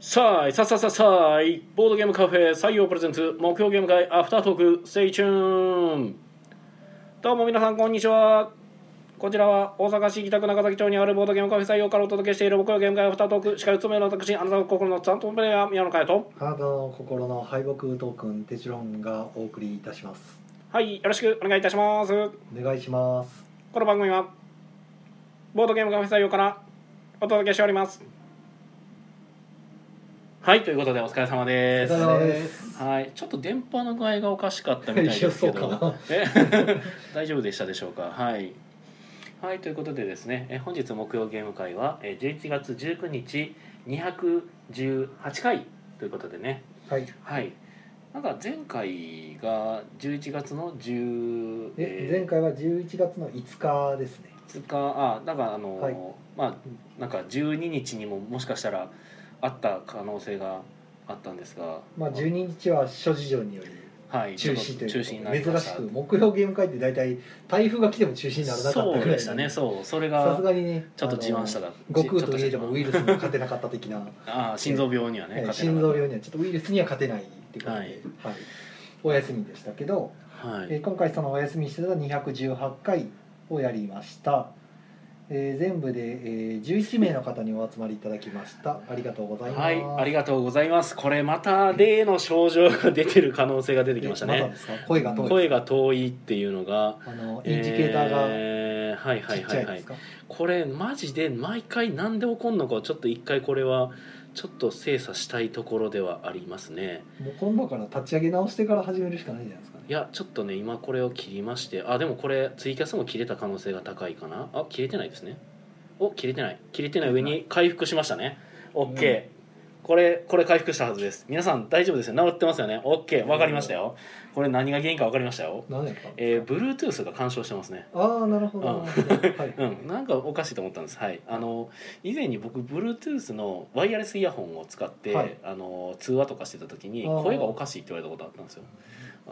さあいさあさあさあさあいボードゲームカフェ採用プレゼンツ目標ゲーム会アフタートークステイチューンどうも皆さんこんにちはこちらは大阪市北区中崎町にあるボードゲームカフェ採用からお届けしている目標ゲーム会アフタートーク司会を務める私あなたの心の担当プレイヤー宮野佳代とあなたの心の敗北トークンテチロンがお送りいたしますはいよろしくお願いいたしますお願いしますこの番組はボードゲームカフェ採用からお届けしておりますはいということでお疲れ様おです疲れ様ですはい、ちょっと電波の具合がおかしかったみたいですけ いやそうかどな、え 大丈夫でしたでしょうか。はい。はい、ということでですね、え本日木曜ゲーム会はえ11月19日218回ということでね、はいはい。なんか前回が11月の10ええ前回は11月の5日ですね2日あなんかあの、はいまあなんか12日にももしかしたらあった可能性があったんですが、まあ12日は諸事情によりはい中ちょ止っとという中止になりことまでし珍したく木曜ゲーム会って大体台風が来ても中止にならなかったそうぐらでいしたねそうそれさがすがにねちょっと自慢したあのだ悟空といえちどょっもとウイルスには勝てなかった的な、ああ心臓病にはねえー勝て心なか臓った病にはちょっとウイルスには勝てないっていうことで、ははいいお休みでしたけど、はいえー今回そのお休みしてた218回をやりました、えー全部で、えー11名の方にお集まりいただきましたありがとうございますはい、ありががとうございますこれまた例の症状が出てる可能性が出てきましたねですか声が遠い声が遠いっていうのがあのインジケーターがえーはいはちいっはちゃいいはですいか、これマジで毎回なんで起こんのかをちょっと一回これはちょっと精査したいところではありますねもう今度から立ち上げ直してから始めるしかないんじゃないですかねいやちょっとね今これを切りましてあでもこれツイキャスも切れた可能性が高いかなあ切れてないですねお切れてない切れてない上に回復しましたね OK、うんこれこれ回復したはずです皆さん大丈夫ですよ治ってますよね OK わかりましたよこれ何が原因かわかりましたよ何やったんえでー、す Bluetooth か、が干渉してますねああなるほうど、んなるほどはい、 うん、なんかおかしいと思ったんですはいあの以前に僕 Bluetooth のワイヤレスイヤホンを使って、はいあの通話とかしてた時にあー声がおかしいって言われたことあったんですよ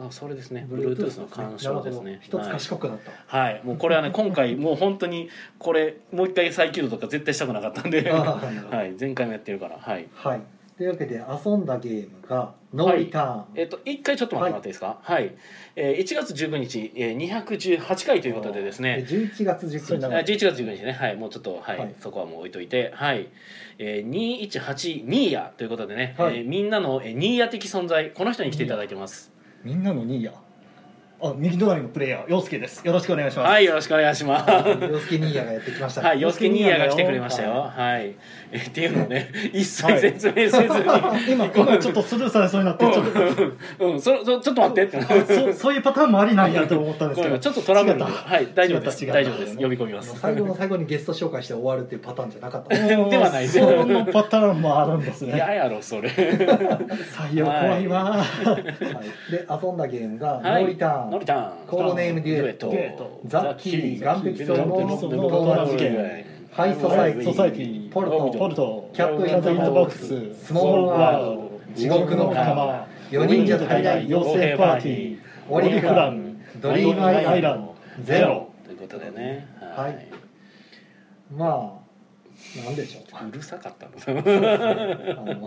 あそれですね Bluetooth の干渉ですねなるほど一つはい賢くな った、はい、もうこれはね今回もう本当にこれもう一回再起動とか絶対したくなかったんで、 はああなるほどい、前回もやってるからはいはい、というわけで遊んだゲームが「ノーリターン」えっと一回ちょっと待ってもらっていいですかはい、えー、1月19日、えー、218回ということでですね11月19日そうですねあ11月19日ねはいもうちょっと、はいはいそこはもう置いといてはい、えー、218ニーヤということでね、はいえーみんなの、えー、ニーヤ的存在この人に来ていただいてますみんなのニーヤあ右隣のプレイヤー陽介ですよろしくお願いしますはいよろしくお願いします 洋介ニーヤがやってきましたねはい、洋介ニーヤが来てくれましたよ。ははい、えっていうのをね、一は切い説明せずに。今今ちょっとスルーされそうになってちょっとうん、うん、そ、そ、ちょっと待ってって。あそそういうパターンもありなんやと思ったんですごけめどんちょっとトラブルで違ったはい、大丈夫です。違った大丈夫です。呼び込みあまのす。最後の最後にゲスト紹介して終わるっていうパターンじゃなかったおねーではないですそのパターンもあるんですね嫌やろ、それ。採用怖いわはいで遊んだゲームが「ノはいーリターン」のりたん。コードネームデュエットデュエットザキリ岩壁層のトラブル事件ハイソサイティソサイティポルトポルトキャットインザボックススモールワールド地獄の釜4人じゃ足りない妖精パーティーオリフラムドリームアイランドゼロということでね。はいまあなんでしょううるさかったの。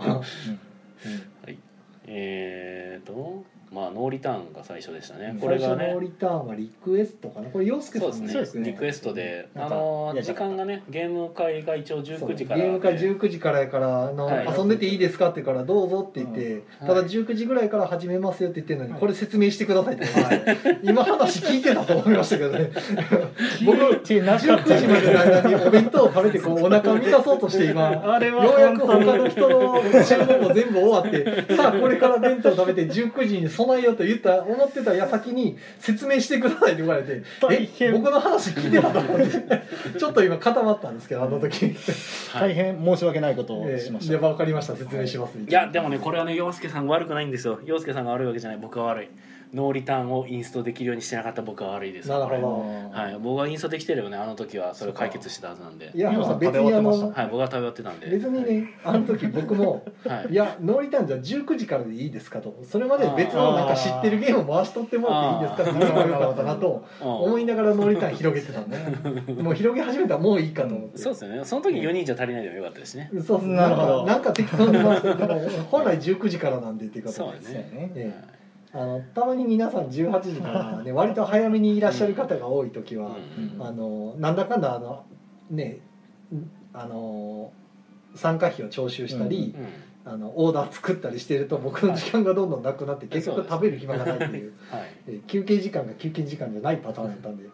あの えーと、まあ、ノーリターンが最初でしたねう。んこれが最初ねの。リターンはリクエストかなこれ洋介そさうんですねのそうですねリクエストで、なんあかの嫌じ時ゃなか間ったがねゲーム会が一応19時からゲで、ーム会19時からやからあの、はい遊んでていいですかって言うからどうぞって言って、うんただはい19時ぐらいから始めますよって言ってるのに、はいこれ説明してくださいって言われて、今話聞いてたと思いましたけど ね 僕聞いてなかった19時までの間にお弁当を食べてこうお腹を満たそうとして今よあれはうやく本当他にの人の注文も全部終わってさあこれから弁当を食べて19時に備えようと言った思ってた矢先に説明してくださいって言われて大え変僕の話聞いてたと思ってちょっと今固まったんですけどあの時。はい大変申し訳ないことをえしまえ、しでた分かりました説明しますみいたいなやでもねこれはね洋介さんが悪くないんですよ洋介さんが悪いわけじゃない僕が悪いノーリターンをインストできるようにしてなかった僕は悪いですなるこれほはい、僕がインストできてればねあの時はそれを解決してたはずなんでどいや今まあ食べ別終にわあってまのしはい、僕が食べ終わってたんで別にねあの時僕もはいいやノーリターンじゃ19時からでいいですかとそれまで別のなんか知ってるゲームを回しとってもらっていいですかって言えばよかったなと思いながらノーリターン広げてたんで もう広げ始めたらもういいかと思ってそうですよねその時4人じゃ足りないでもよかったですねそうっすねなるほどなんかなんか適当に回してなんか本来19時からなんでっていうかと思ってそうだねええあのたまに皆さん18時から ね割と早めにいらっしゃる方が多い時は、うんあのなんだかんだあのねあの参加費を徴収したり、うんあのオーダー作ったりしてると僕の時間がどんどんなくなってい結局食べる暇がないっていうはいえ休憩時間が休憩時間じゃないパターンだったんで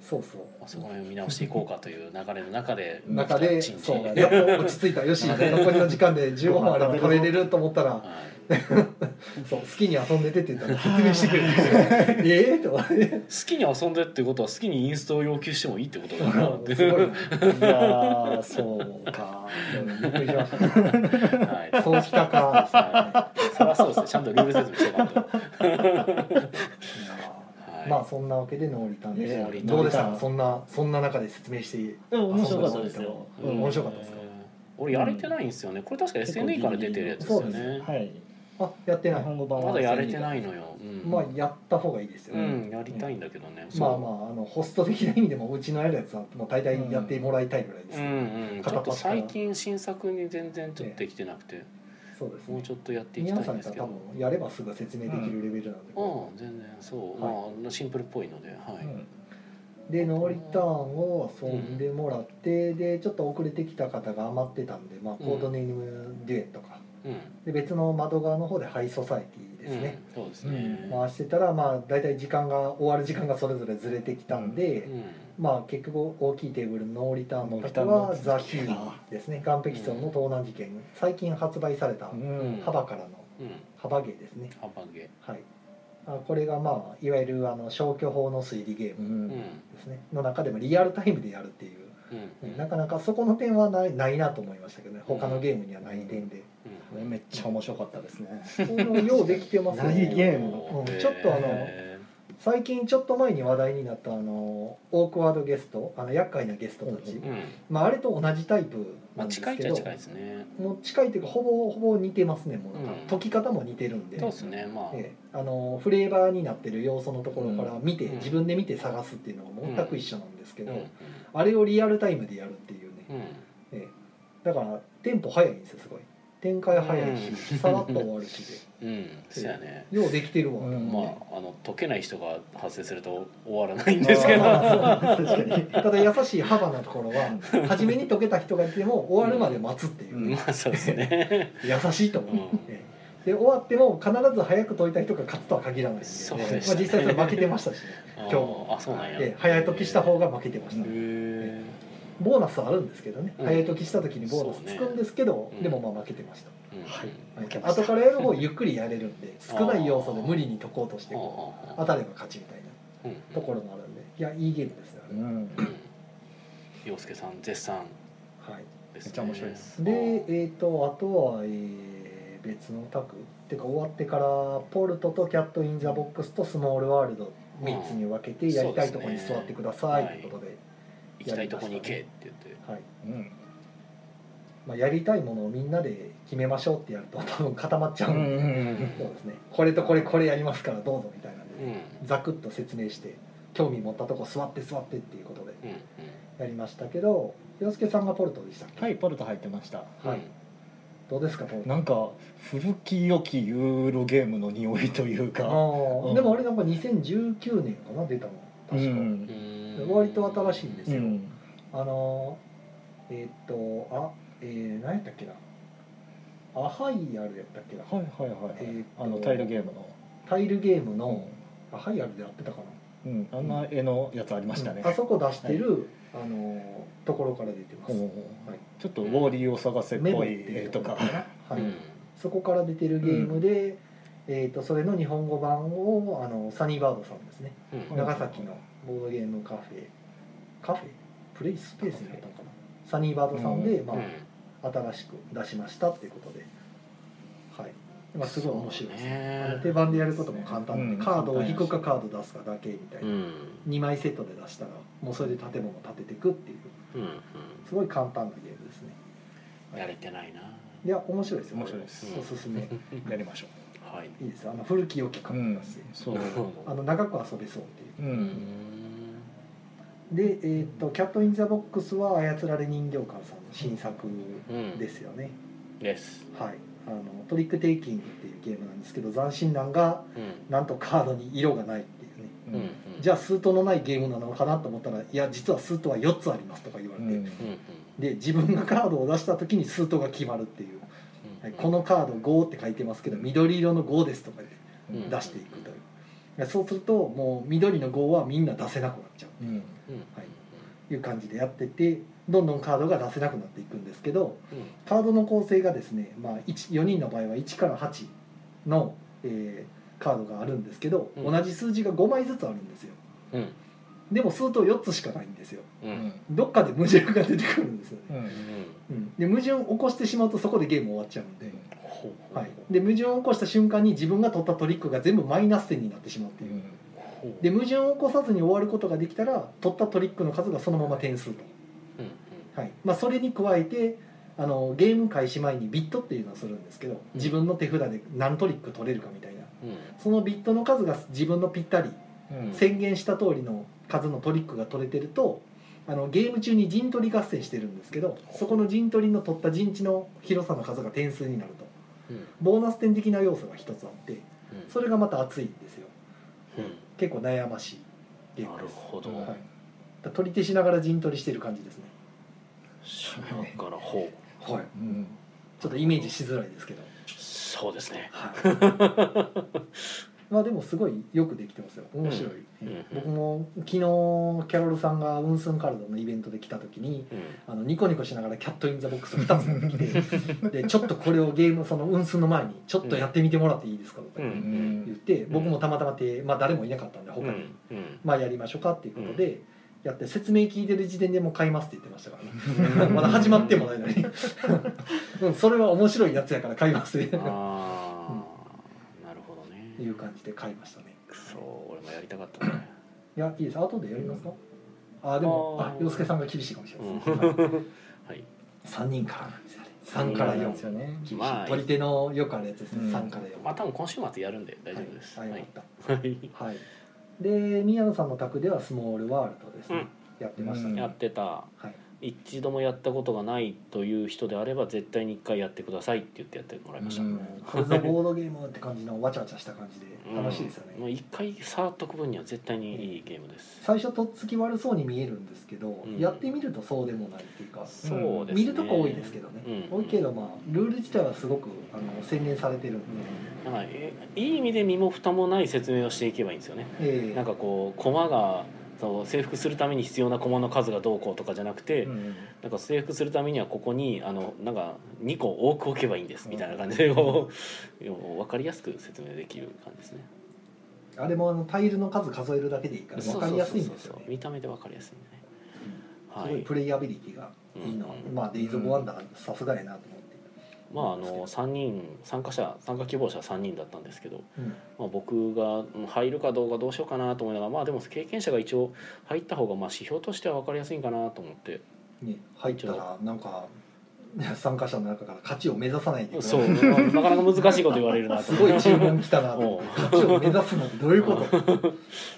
そうそうそこら辺を見直していこうかという流れの中で中で一日そうやっと落ち着いたよし残りの時間で15分あれば食べれると思ったらはそう好きに遊んでてって言ったら説明してくれるんですよええと思ってい好きに遊んでってことは好きにインストを要求してもいいってことだなってすごいいやーそうかびっくりしましたはいそうきたかはいそりゃそうですねちゃんとルール説明してかんとはいいやーまあそんなわけでノーリターンでねしノーリターたンどうでしたそんなそんな中で説明してでも面白かったですよ。うん面白かったですか俺やれてないんですよねこれ確か SNE から出てるやつですよそうですねはい。あやって日ない本語版まだやれてい。ないのようんまあやった方がいいですようね、んやりたいんだけどねまあそうまああのホスト的な意味でもうちのやるやつはもう大体やってもらいたいぐらいです、うんうん、ちょっと最近新作に全然ちょっとできてなくて、そうですもうねちょっとやっていきた皆いさんんでがすけ多ど分やればすぐ説明できるレベルなんで、うん全然そう、まあシンプルっぽいのではい、うんでノーリターンを遊んでもらって、でちょっと遅れてきた方が余ってたんで、まあ、コードネームデュエットか、うんで別の窓側の方でハイソサイティですね、うん、そうですね、うん回してたらまあ大体時間が終わる時間がそれぞれずれてきたんで、うまあ結局大きいテーブルのノーリターンの方ノーはリターンザ・のキ次だーですね岩壁層の盗難事件最近発売されたうん。幅からのん、うん、幅芸ですね幅毛、はいあこれがまあいわゆるあの消去法の推理ゲーうムうんんうんですねの中でもリアルタイムでやるっていううん、なかなかそこの点はないないなと思いましたけどね他のゲームにはない点でこれめっちゃ面白かったですね。このようできてますよないゲームうんちょっとあの最近ちょっと前に話題になったあのオークワードゲストあの厄介なゲストたちうんまああれと同じタイプまあ、なんです近いっけちゃど近いですねもう近いというかほぼほぼ似てますねもうなんかうん解き方も似てるんで、そうですねまあ、ええあのフレーバーになってる要素のところから見て、うん自分で見て探すっていうのが全く一緒なんですけうんど、うんあれをリアルタイムでやるっていうね、ええだからテンポ早いんですよすごい展開早いし、さらっと終わるしうんうんそうやね でようできてるわ、うんまああの解けない人が発生すると終わらないんですけどまああーそう確かに。ただ優しい幅なところは初めに解けた人がいても終わるまで待つっていう、うん まあそうですね、優しいと思う、うんええで終わっても必ず早く解いた人が勝つとは限らないんでそうでしたまあ、ね実際それ負けてましたしね今日も あーあそうなんや、ええ早解きした方が負けてましへた、えボーナスあるんですけどね、うん早解きした時にボーナスつくんですけど、そうねでもまあ負けてました、はい負けました後からやる方ゆっくりやれるんで 少ない要素で無理に解こうとしてこう当あたれば勝ちみたいなうんところもあるんでいやいいゲームですねあうれ、ん。うん洋介さん絶賛はい、です、ね、めっちゃ面白いですでえっ、とあとは、えー別のタクっていうか終わってからポルトとキャット・イン・ザ・ボックスとスモール・ワールド3つに分けてやりたいところに座ってくださそうですいねということで、行きたいとこに行けって言ってはいうん。まあ、やりたいものをみんなで決めましょうってやると 多分固まっちゃうんで、そうですねこれとこれこれやりますからどうぞみたいなんで、うんざくっと説明して興味持ったとこ座って座ってっていうことでうんうんやりましたけど洋介さんがポルトでしたっけはい、ポルト入ってました。はいどうですかポルトなんか古き良きユーロゲームの匂いというあか。ーうんでもあれなんか2019年かな出たの確か、うんうん割と新しいんですうよ、ん。あのーえーっとあえー、何やったっけなアハイアルやったっけなはいはいはいはい、えーっとあのタイルゲームの、タイルゲームの、アハイアルでやってたかなうん、あんな絵のやつありましたね、うんあそこ出してる、あのーところから出てます、おうはいちょっとウォーリーを探せっメモぽっていい絵うとところかかな、はいうんそこから出てるゲームで、えー、とそれの日本語版をあのサニーバードさんですね、うんなん長崎のボードゲームカフェカフェプレイスペースにあったのかなサニーバードさんで、うまあ、新しく出しましたっていうことで、はい、まあ、すごい面白いですねあのね手番でやることも簡単で、うんカードを引くかカード出すかだけみたいうな、ん2枚セットで出したらもうそれで建物を建てていくっていううんすごい簡単なゲームですねうんやれてないないや面白いですよ面白いですおす すめやりましょはいいいですよあの古き良き感じがして、う。なるほあどの長く遊べそうっていうう。うんんで、えーっと「キャット・イン・ザ・ボックス」は「操られ人形館」さんの新作うんですよね、ですはいあのトリックテイキングっていうゲームなんですけど斬新なんがうんなんとカードに色がないっていうねうんじゃゃあスートのないゲームなのかなと思ったら「いや実はスートは4つあります」とか言われうて、ん。うんうんで自分がカードを出した時にスートが決まるっていう、はいこのカード5って書いてますけど緑色の5ですとかでうん出していくという、そうするともう緑の5はみんな出せなくなっちゃううん。うんはいという感じでやっててどんどんカードが出せなくなっていくんですけどうカードの構成がですね、まあ、4人の場合は1から8の、えーカードがあるんですけど、うん同じ数字が5枚ずつあるんですよんうんでも数と4つしかないんですよううんん。どっかで矛盾が出てくるんですよね、うん。うん、で矛盾を起こしてしまうとそこでゲーム終わっちゃうんで、ほうはい、で矛盾を起こした瞬間に自分が取ったトリックが全部マイナス点になってしまうっていう、ほうで矛盾を起こさずに終わることができたら取ったトリックの数がそのまま点数と、うんうんはいまあ、それに加えてあのゲーム開始前にビットっていうのをするんですけど自分の手札で何トリック取れるかみたいなうんそのビットの数が自分のぴったりうん。宣言した通りの数のトリックが取れてるとあのゲーム中に陣取り合戦してるんですけどそこの陣取りの取った陣地の広さの数が点数になるとうんボーナス点的な要素が一つあってうんそれがまた熱いんですようん結構悩ましいゲーなムるですほどはい、だから取り手しながら陣取りしてる感じですねしながらほうはいうん。ちょっとイメージしづらいで すけどそうですねはいまあでもすごいよくできてますよ面白い、うんうん僕も昨日キャロルさんがウンスンカルドのイベントで来た時にうんあのニコニコしながらキャットインザボックス2つ持ってき てでちょっとこれをゲームそのウンスンの前にちょっとやってみてもらっていいですかとうかんう言んって、僕もたまたま手、まあ、誰もいなかったんで他に、うんまあやりましょうかっていうことで。やって説明聞いてる時点でもう買いますって言ってまし たからねまだ始まってもないのに、うん、それは面白いやつやから買いますねああなるほどいねう感じで買いましたねくそ俺もやりたかったねいやいいです後でやりますか、あでもああー洋介さんが厳しいかもしれないです、うねんはい はい3人からなんですよね3からなん4ですよね。厳しいまあ取り手のよくあるやつですね、うん3から4まあ多分今週末やるんで大丈夫ですはい、ははい、いよかっはいたはいで宮野さんの宅ではスモールワールドですね、やってましたね、う んやってたはい、一度もやったことがないという人であれば絶対に一回やってくださいって言ってやってもらいました、ううんんこれぞボードゲームって感じのわちゃわちゃした感じで楽しいですよね、もう一回触っとく分には絶対にいいゲームです、最初とっつき悪そうに見えるんですけど、んやってみるとそうでもないっていうかそうですね見るとこ多いですけどね、うん多いけどまあルール自体はすごくあの洗練されてるんで、なんかえいい意味で身も蓋もない説明をしていけばいいんですよねええなんかこう駒がそう征服するために必要な駒の数がどうこうとかじゃなくて、うん。なんか征服するためにはここにあのなんか2個多く置けばいいんですみたいな感じでこういやもう分かりやすく説明できる感じですねあれもあのタイルの数数えるだけでいいから分かりやすいんですそうそうそようそうね見た目で分かりやすいんでね、すはごいいプレイアビリティがいいのは、うんまあデイズ・オブ・ワンダーさすがやなと思って、まああの3人参加者参加希望者3人だったんですけど、うんまあ、僕がうん入るかどうかどうしようかなと思いながらまあでも経験者が一応入った方がまあ指標としては分かりやすいんかなと思ってね、入ったらなんか参加者の中から勝ちを目指さないでくださそいう なかなか難しいこと言われるなとす思ごっいて注文来たなとおう勝ちを目指すなんてどういうこと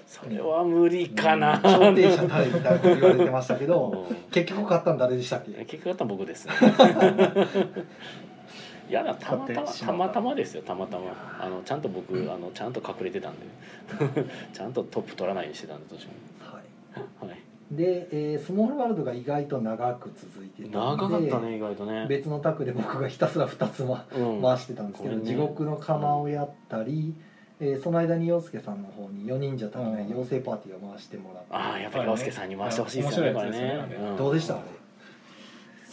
それは無理かな、挑戦者誰みたいなこと言われてましたけどうん結局買ったの誰でしたっけ結局だったら僕 ですねいやたまたまたまたまですよたまたまあのちゃんと僕あのちゃんと隠れてたんで ちゃんとトップ取らないようにしてたんで途中はいに、はい、で、えースモールワールドが意外と長く続いてた長かったね意外とね、別のタクで僕がひたすら2つまうん、回してたんですけど、これね地獄の釜をやったり、えーその間に陽介さんの方に4人じゃ足りない妖精パーティーを回してもらって、ああやっぱり洋介さんに回してほしいですよねこ面白れいやつですねねあれんどうでしたあれ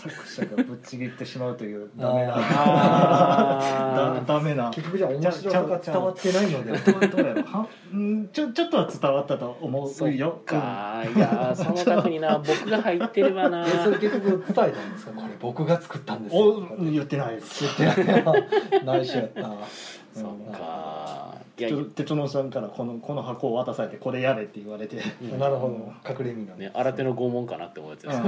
作者がぶっちぎってしまうと いうダメなあだ ダメ な結局じゃあ面白さが伝わってないのでど うどうやろうはうんちょ ちょっとは伝わったと思そうよっかいやーその中にな僕が入ってればな えそれ結局伝えたんですかこれ僕が作ったんですおよ言ってないです言ってないな内緒やったなそっかいやちょ鉄のさんからこのこの箱を渡されてこれやれって言われ て、うんなるほど隠れ身がね新手の拷問かなって思うやつです、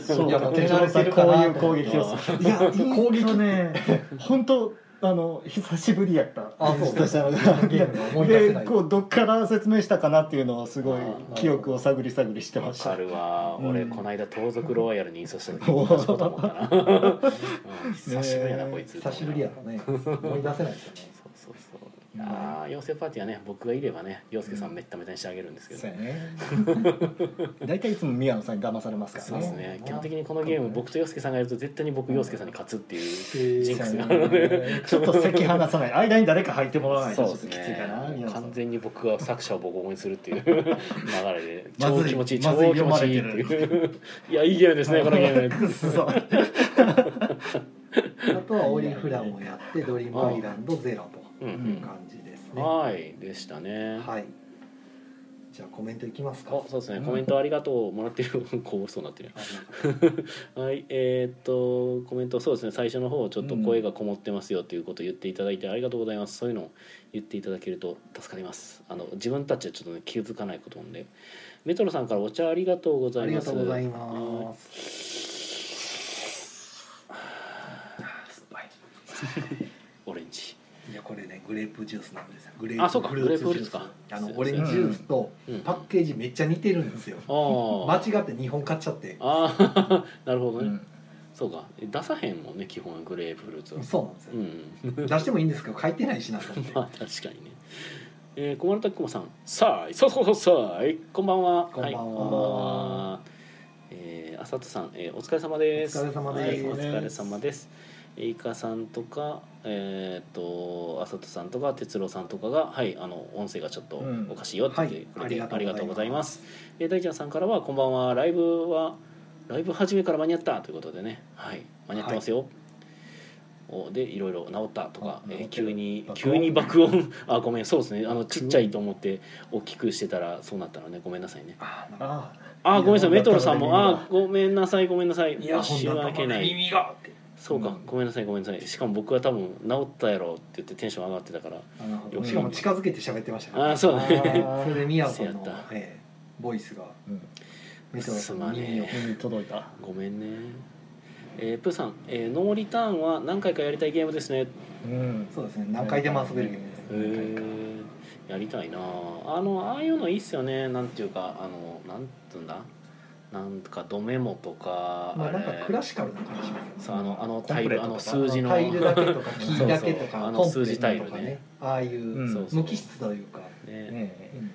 そいうやか鉄のさんこういう攻撃をあするいやいい攻撃ね本当あの久しぶりやったあそう出したのが ゲームが思い出せなでいこうどっから説明したかなっていうのをすごいあーなるほど記憶を探り探りしてまわしかたるわ、うん俺この間盗賊ロワイヤルに印刷した 時同じこと思ったな、うん久しぶりやなこいつ久しぶりやろね思い出せないですよ ねそうそうそういやー妖精パーティーはね僕がいればね洋介さんめっためたにしてあげるんですけど、そうやね大体いつも宮野さんに騙されますからそうですねうん基本的にこのゲーム僕と洋介さんがやると絶対に僕洋介さんに勝つっていうジンクスがちょっと席離さない間に誰か入ってもらわないとそちうょでっすときついかねな宮野さん完全に僕が作者をボコボコにするっていう流れでま超ずい気持ちいいまずい超気持ちいいっていういやいいゲームですねこのゲームくっそあとはオリフラもやってドリームアイランドゼロうというん感じですうんねはいでしたねはいじゃあコメントいきますかあそうですねコメントありがとうもらってるこぼしそうになってる はいえーっとコメントそうですね最初の方ちょっと声がこもってますよということを言っていただいてありがとうございますそういうのを言っていただけると助かりますあの自分たちはちょっとね気づかないことなんでメトロさんからお茶ありがとうござあいりまがすとうございます酸っぱいオレンジいやこれねグレープジュースなんですよグレあそうかープフルーツグジレープフルーュツースかあのオレンジジュースとうんパッケージめっちゃ似てるんですよあー間違って日本買っちゃってあー なるほどうね、んそうか出さへんもんね基本はグレープフルーツはそうなんですうんよ出してもいいんですけど書いてないしなと思って まあ確かにね。えー、小丸田くまさん、さあい、そうそうそうそうい、こんばんは。こんばんはいこんばんはえー、あさとさん、えー、お疲れ様です。お疲れ様ですはいお疲れ様です。えーいかさんとか、えー、とあさとさんとか哲郎さんとかが、はい、あの音声がちょっとうんおかしいよって言ってくれて、はいあありりががとうとごうござざいいま。ますえー、大ちゃんさんからは、こんばんは。ライブはライブ始めから間に合ったということでね、はい、間に合ってますよ。おでいろいろ治ったとかあ、治っえてーる急に爆急音に爆音あごめんそうですねあのちっちゃいと思って大きくしてたらそうなったのねごめんなさいねあーなんかああいやごめんなさいほんメだトロさんも頭のあごめんなさいごめんなさいいや申本し当訳な頭のい耳がってそうかうんごめんなさいごめんなさいしかも僕は多分治ったやろって言ってテンション上がってたからあなるほうどんしかも近づけて喋ってましたあーそうね それでみやさんのそうやった、ええボイスがうんメトロさんのすまね耳をえ目に届いたごめんねえー、プーさん、えーノーリターンは何回かやりたいゲームですねうんそうですね何回でも遊べるゲームですへーやりたいなああのああいうのいいっすよねなんていうかあのなんつうんだなんかドメモとか、まあれなんかクラシカルな感じしますそうあのあのコンタイプレールあトとかの数字のタイルだけとかそう キそうーだけとかあのコンプレ数字タイルねとかああいううんそうそう無機質というか、ねねえうん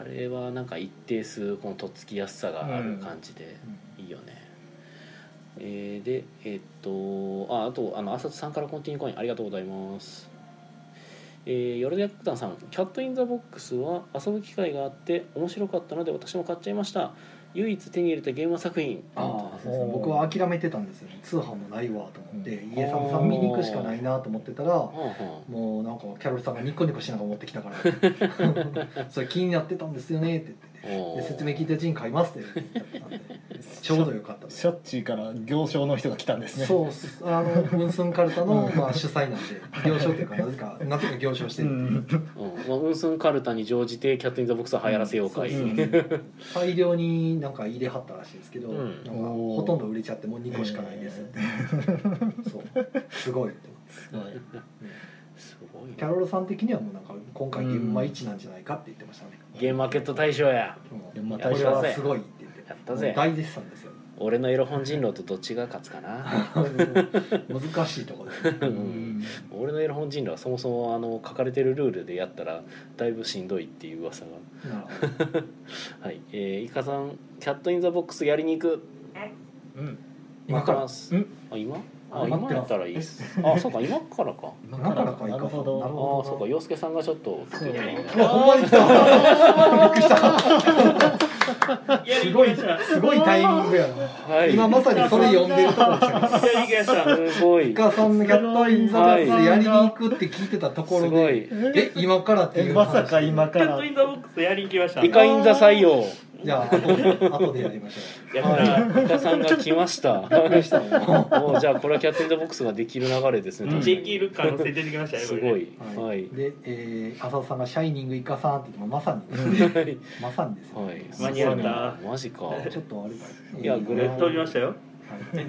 あれはなんか一定数このとっつきやすさがある感じで、いいよねえーでえっとああとあの浅田さんからコンティニューコインありがとうございますえー、よろでやくたんさん「キャット・イン・ザ・ボックス」は遊ぶ機会があって面白かったので私も買っちゃいました唯一手に入れたゲーム作品ああそうですおねー僕は諦めてたんですよね通販もないわと思ってう家さんさん見に行くしかないなと思ってたらうんうんもうなんかキャロルさんがニコニコしながら持ってきたから それ気になってたんですよねって言っておてーで説明聞いて「ジン買います」って言ってたんでちょうどよかったですしょっちゅうから行商の人が来たんですねそうっすあのムンスンカルタのうんまあ主催なんで行商っていうかなぜかなぜか行商してる、んうんまあ、ウンスンカルタに乗じてキャット・イン・ザ・ボックスは流行らせようかい、うん大量になんか入れはったらしいですけど、うんなんかおーほとんど売れちゃってもう2個しかないですって、そうすごいってすごいすごいキャねロルさん的にはもうなんか今回ゲームマ一なんじゃないかって言ってましたね、ゲームマーケット大賞やういやん、まこあれはすごいって言ってやったぜ大絶賛ですよ俺のエロ本人狼とどっちが勝つかな 難しいところうでん俺のエロ本人狼はそもそもあの書かれてるルールでやったらだいぶしんどいっていう噂がなるほどはいえー、イカさん「キャット・イン・ザ・ボックスやりに行くうん」待ってますうんあ今あ待今ってますやったらいいっすあそうか今からか今からかいかなるほどなるあほーそうか洋介さんがちょっとそううわほんまに来たびっくりしたやすりごまいしたすごいタイミングやなはい今まさにそれ呼んでるとこでしたねやりましたすごいイカさんの「キャット・イン・ザ・ボックス」やりに行くって聞いてたとこすろごでいえ今からっていうえ話まさか今キかャッらトインザボックスやりに来ました。イカインザ採用じゃあ後で後でやりましょやったイカさんが来ましたうでしたねもうじゃあこれはキャットインザボックスができる流れですね、ー。確ジかにェイキールッカーの設定できましたよ。すこごれいはいで、えー、浅田さんが「シャイニングイカさん」って言ってもまさにはいまさにですよ、はい間に合ったマジかちょっとあれかいやグレー飛びましたよ。はい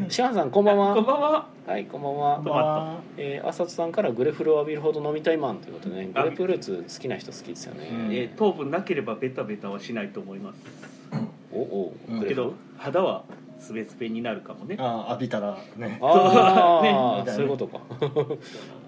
シハンさんこんばんはこんばんは。はいこんばんは止まえー、浅津さんからグレフルを浴びるほど飲みたいマンということでねグあレープフルーツ好きな人好きですようね、んえー糖分なければベタベタはしないと思います。おおうんグレけフルど肌はスベスベになるかもね。あー浴びたらねああ、そうそういうことか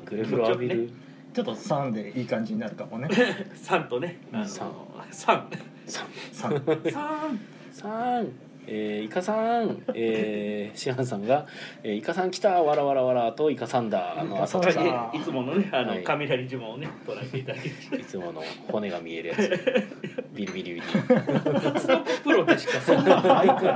グレフルを浴びるちょっと酸でいい感じになるかもね酸とね。あの酸酸。さん酸酸。さんえー、イカさん、えー、シハンさんが、えー「イカさん来たわらわらわら」と「イカさんだ」あのイカ浅さん津ださんいつものねあはのい雷呪文をね捉えていただきいつもの骨が見えるやつ ビリビリビリプロでしかそんなマイク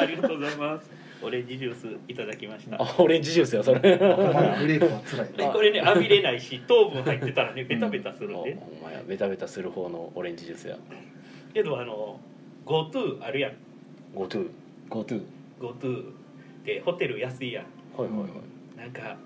ありがとうございますオレンジジュースいただきましたあ オレンジジュースやそれお前グレープは辛いでこれね浴びれないし糖分入ってたらねベタベタするんおおで前はベタベタする方のオレンジジュースやけどあの GoTo あるやん GoTo GoTo GoTo でホテル安いやはいはいはいんなんか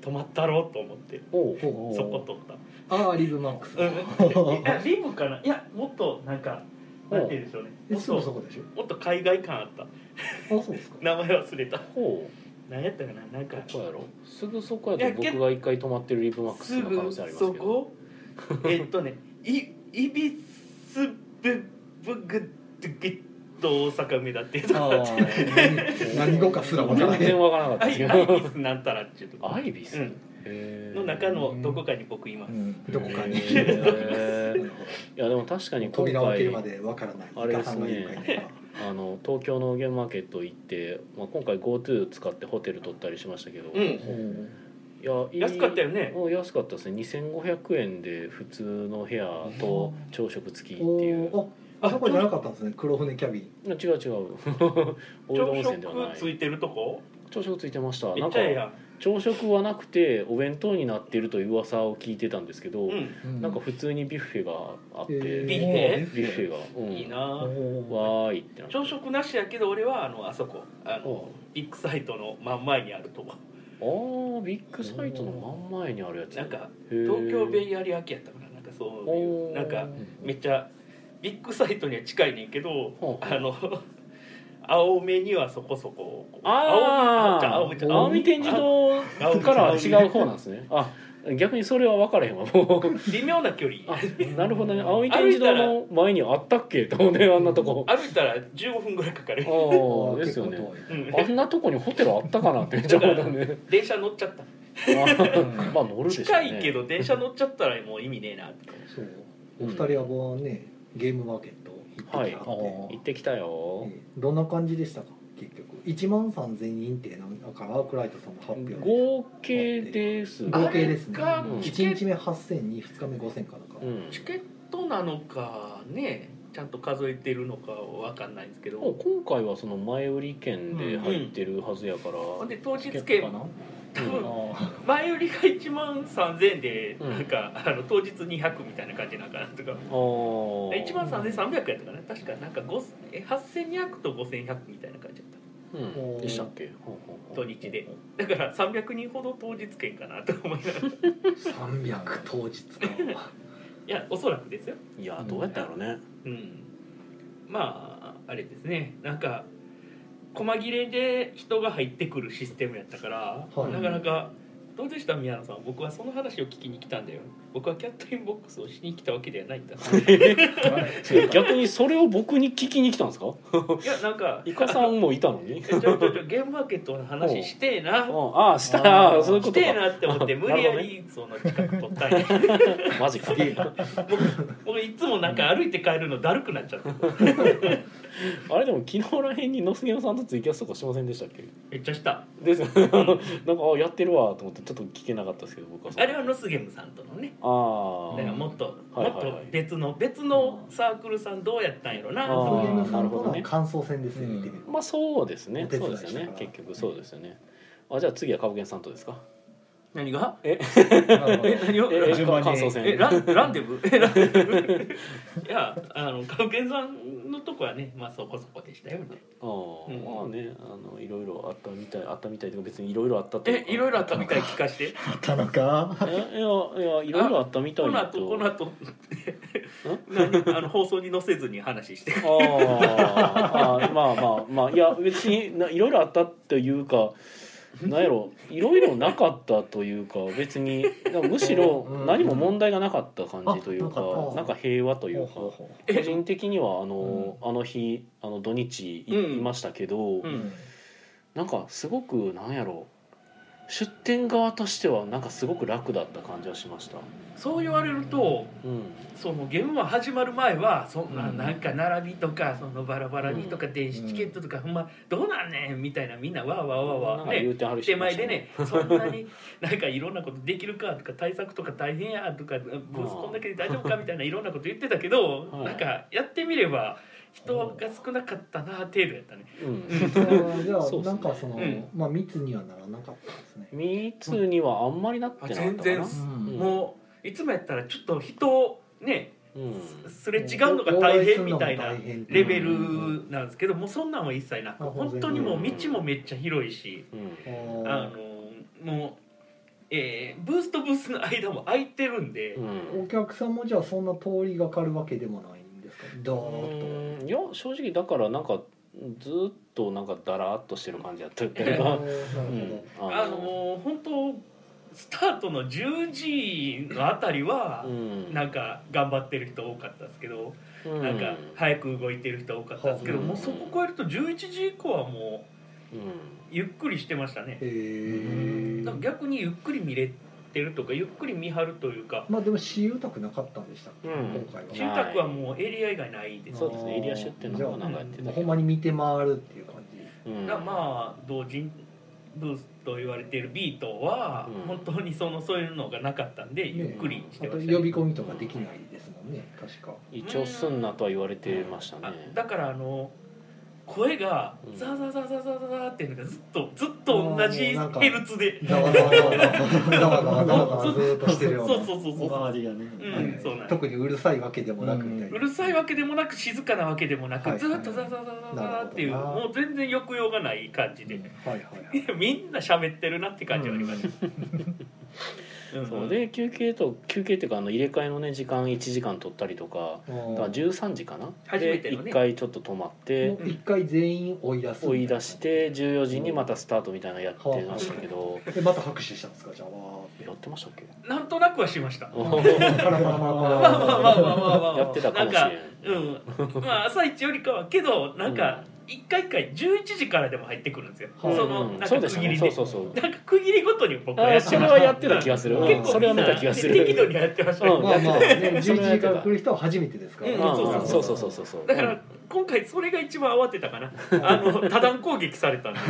泊まったろうと思っておおおそこ 取ったああリブマックスうんいやリブかないやもっとなんかなんて言うんでしょうねえもっすぐそとこでしょもっと海外感あったあそうですか名前忘れたほ何やったかななんかうどこやろすぐそこやいとやけ僕が一回泊まってるリブマックスすの可能ぐ性ありますそけど こえっとねいいびすぶぶぐドゥギッと大阪目だっていうとこあー何何語かすらわからな全い然わからなかアったイけアイどビスなんたらっていうとこアイビスうんへーの中のどこかに僕います、どこかにへーいやでも確かに今扉を開け回るまでわからないあれイでカすさねんがいるかいないかあの東京のゲームマーケット行って、まあ、今回 GoTo 使ってホテル取ったりしましたけど、うんいやいい安かったよねうん安かったですね2500円で普通の部屋と朝食付きっていうおーあそこじゃなかったんですね黒船キャビン違う違う 大井戸温朝泉ではない食ついてるとこ朝食ついてましためなっんちかゃええやん朝食はなくてお弁当になってるという噂を聞いてたんですけど、うんなんか普通にビュッフェがあって、えービュッフェビュッフェが、うんいいなぁわーいってなって朝食なしやけど俺はあのあそこあおのビッグサイトの真ん前にあるとこあービッグサイトの真ん前にあるやつなんかへー東京ベイアリア系やったかななんかそういうなんかめっちゃビッグサイトには近いねんけどほうあの 青目にはそこそこああ青青目海ちゃう青目ちゃう天示堂からは違う方なんですねあ逆にそれは分からへんわ もう微妙な距離あなるほどね青海天示堂の前にあったっけと思うねあんなとこ歩いたら15分ぐらいかかる、ああですよねうんあんなとこにホテルあったかなってめっちゃ思うね電車乗っちゃったあ まあ乗るでしょうね近いけど電車乗っちゃったらもう意味ねえなってそうお二人はもうねゲームマーケット行ってきたんで行ってきたよえーどんな感じでしたか結局1万3000人ってなんだからクライトさんの発表で合計です合計ですねあれがうんチケ1日目8002 2日目5000かなんか、うんチケットなのかねちゃんと数えてるのかわかんないんですけもうど今回はその前売り券で入ってるはずやから、ほんで当日チケ券ットかな多うん分前売りが1万3000円でうんなんか、あの当日200みたいな感じなんかなとかあー1万3300やったかな確かなんか5え8200と5100みたいな感じだっうん、でしたっけほうほうほた土う日でだから300人ほど当日券かなと思いながらい 300当日かやおそらくですよいやどうやったんやろうね、うんまああれですねなんか細切れで人が入ってくるシステムやったから、はいなかなかどうでした宮野さん僕はその話を聞きに来たんだよ僕はキャットインボックスをしに来たわけではないんだ逆にそれを僕に聞きに来たんですかいやなん かイカさんもいたのにちょちょちょゲームマーケットの話してえなうんああしたあーそういうこしとてえかなって思って 無理やりその近く取ったんやマジか僕僕いつもなんか歩いて帰るのだるくなっちゃってあれでも昨日らへん にノスゲムさんとツイキャスとかしませんでしたっけめっちゃしたですなんかあやってるわと思ってちょっと聞けなかったですけど僕はあれはノスゲムさんとのねああだからもっと、はいもっはいはいと別の別のサークルさんどうやったんやろなあとー思ゲっーてムさんとなるほどねの感想戦ですね、うん見てみるまあそうですねお手そ伝ういですよしなねがら結局そうですよねあじゃあ次は株券さんとですか何がええ何をえ順番に感想え戦ランランデ ブえランデブいやあのカウケンさんのとこはねまあそこそこでしたよねあー、うんまあねあのいろいろあったみたいあったみたいとか別にいろいろあったというえかいろいろあった一みた回い聞かしてあったのかえいやいやいろいろあったみたいこのだ後この後 何あの放送に載せずに話してあーあーまあまあまあいや別にないろいろあったっていうかなんやろいろいろなかったというか別にむしろうん何も問題がなかった感じというかあなかったなんか平和というかほうほうほ個人的にはあのあの日あの土日うんいいましたけどうううんんなんかすごくなんやろ出店側としてはなんかすごく楽だった感じはしました。そう言われるとうんそのゲームは始まる前はそんなうんなんか並びとかそのバラバラにとか電子チケットとかほんまどうなんねんみたいなみんなわーわーわーなんわーかね言うてはる人手いま前したでねそんなになんかいろんなことできるかとか対策とか大変やとかブースこんだけで大丈夫かみたいないろんなこと言ってたけどはいなんかやってみれば人が少なかったな程度やったね。うんじゃあそうっすねなんかその、うんまあ密にはならなかったですね密にはあんまりなってなかったかなあ全然っうすんもういつもやったらちょっと人をねうんすれ違うのが大変みたいな妨害するのも大変っていうレベルなんですけどもうそんなんは一切なくあほんと本当にもう道もめっちゃ広いしうんうんあのもう、えーブースとブースの間も空いてるんで、うんお客さんもじゃあそんな通りがかるわけでもないんですかどーっいや正直だからなんかずっとなんかだらっとしてる感じやったけと、なえるど、ほうんど、あの本当スタートの10時のあたりはう、んなんか頑張ってる人多かったですけど、なんか早く動いてる人多かったですけど、うんもうそこ超えると11時以降はもうゆっくりしてましたねへ。えだから逆にゆっくり見れてるとかゆっくり見張るというかまあでも私有宅なかったんでしたっけ、うん今回は住宅はもうエリア以外ないですそうですねエリア出店の方がなんかやってもたけうほんどまに見て回るっていう感じうんがまあ同人ブースと言われているビートはうん本当にそのそういうのがなかったんでねゆっくりしてあまとし呼たねび込みとかできないですもんね確 か一応すんなとは言われてましたあねだからあの声がうんザーザーザーザーザーザーっていうのがずっとずっと同じヘルツでざわざわざわざわざわざわざわざわずーっとしてるよそううなそうそう小そ川がねうんはいそうなんです特にうるさいわけでもなくみたいうなうるさいわけでもなく静かなわけでもなはくいずっとザーザーザーザーザーっていうなるほどなもう全然抑揚がない感じではいはいはい みんな喋ってるなって感じがありました。うんそうで休憩と休憩っていうかあの入れ替えのね時間1時間取ったりとかだから13時かな初めてのねで1回ちょっと止まってもう一回全員追い出す追い出して14時にまたスタートみたいなのやってましたけどでまた拍手したんです かじゃあわやってましたっけなんとなくはしました。まーってパラパラパラパラあまあまあまあまあまあ。やってたかもしれなんんかうん、まあ朝一よりかはけどなんか一回一回11時からでも入ってくるんですよ、はいそのうんなんそかうでし区た切ねりそうでそうそうなんか区切りごとに僕はあやーってそまれしたはやってた気がする、うんうんそれは見た気がする適度にやってましたね、うんまあまあねやってた11時から来る人は初めてですから、うんまあまあそそううそそううそそううそうだから今回それが一番慌てたかなあの多段攻撃されたんで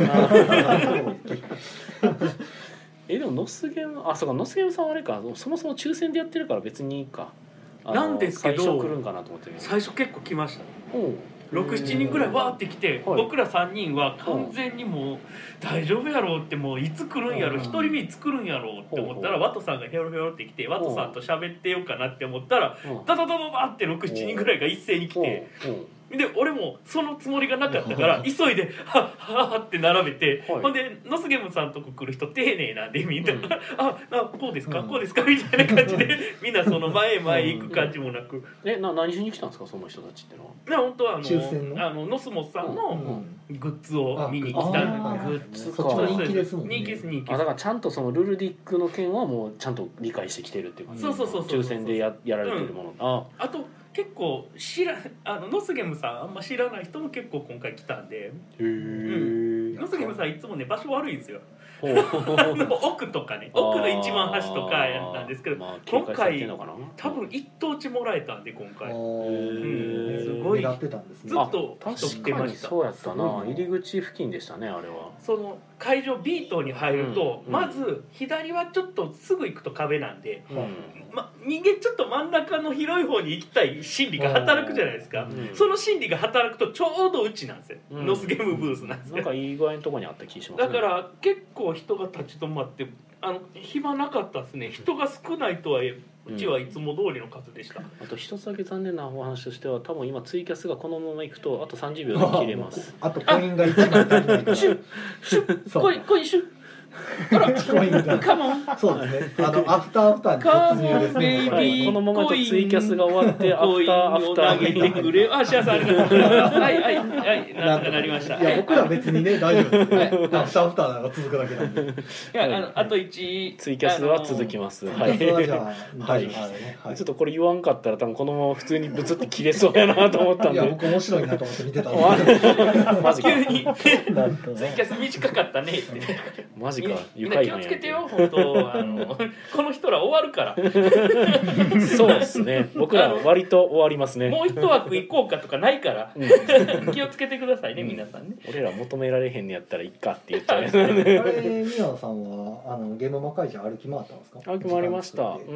えでもノスゲームあそうかノスゲームさんはあれかそもそも抽選でやってるから別にいいかあのなんですけど最初来るんかなと思ったけど最初結構来ましたおう67人ぐらいわーって来て、はい僕ら3人は完全にもう大丈夫やろうってもういつ来るんやろう1ん人目いつ来るんやろうって思ったらほうほワトさんがヘロヘロって来てワトさんと喋ってようかなって思ったらうんダダダダダって67人ぐらいが一斉に来ておうおうで俺もそのつもりがなかったから急いで「はっはっは」って並べて、はいほんでノスゲムさんとこ来る人丁寧なんでみんな、うん ああこうですか、うんこうですかみたいな感じでみんなその前へ前へ行く感じもなく。 えな何しに来たんですかその人たちってのはな本当はあの抽選のあのノスモスさんの、うんグッズを見に来たあんあグッそズっそかっちも人そう気ですもんね人気です人気あでだからちゃんとそのルルディックの件はもうちゃんと理解してきてるっていう感すじそうそうそうそう抽選でややられてるもの、ああと結構知らあのノスゲムさんあんま知らない人も結構今回来たんでへえノスゲムさんいつもね場所悪いんですよほうあの奥とかね奥の一番端とかなんですけどあーまあ、警戒されてんのかな多分一等地もらえたんで今あ回うーんすごい狙ってたんですずねっと確人来てかまにしたそうやったなすごい入り口付近でしたねあれはその会場 B 棟に入ると、うんまず左はちょっとすぐ行くと壁なんで、うんま、人間ちょっと真ん中の広い方に行きたい心理が働くじゃないですか、うんその心理が働くとちょうどうちなんですよ、うんノスゲームブースなんですなんよかいい具合のとこにあった気しますだねから結構人が立ち止まってあの暇なかったですね人が少ないとはいえうんうちはいつも通りの数でした、あと一つだけ残念なお話としては多分今ツイキャスがこのままいくとあと30秒で切れますあとコインが一枚足りないからシュッシュッそうこいこいシュコインッがカモンそうですねあのアフターアフターに突入ですねカーこボンベれイビーこのままちょっとツイキャスが終わってアコフイターンアをフタ投ーげてくれあ幸せありがとうございますはいはいはいなんとかなりましたいや僕らは別 にね大丈夫ですねアフターアフターが続くだけなんでいやあのあと1ツイキャスは続きまます、そはいれ はじゃあ大丈夫ですねはいちょっとこれ言わんかったら多分このまま普通にブツって切れそうやなと思ったんい やで僕面白いなと思って見てたんおわですけマジか急にどなんとねツイキャス短かったねって マジみんかなみ愉んな快気犯をやつけけてよ本当あのこの人ら終わるから そうですね僕ら割と終わりますねもう一枠行こうかとかないから うん気をつけてくださいね皆さんね俺ら求められへんのやったらいっかって言っちゃうやつ あれ宮野さんはあのゲーム魔界じゃ歩き回ったんですかあ決まりましたう時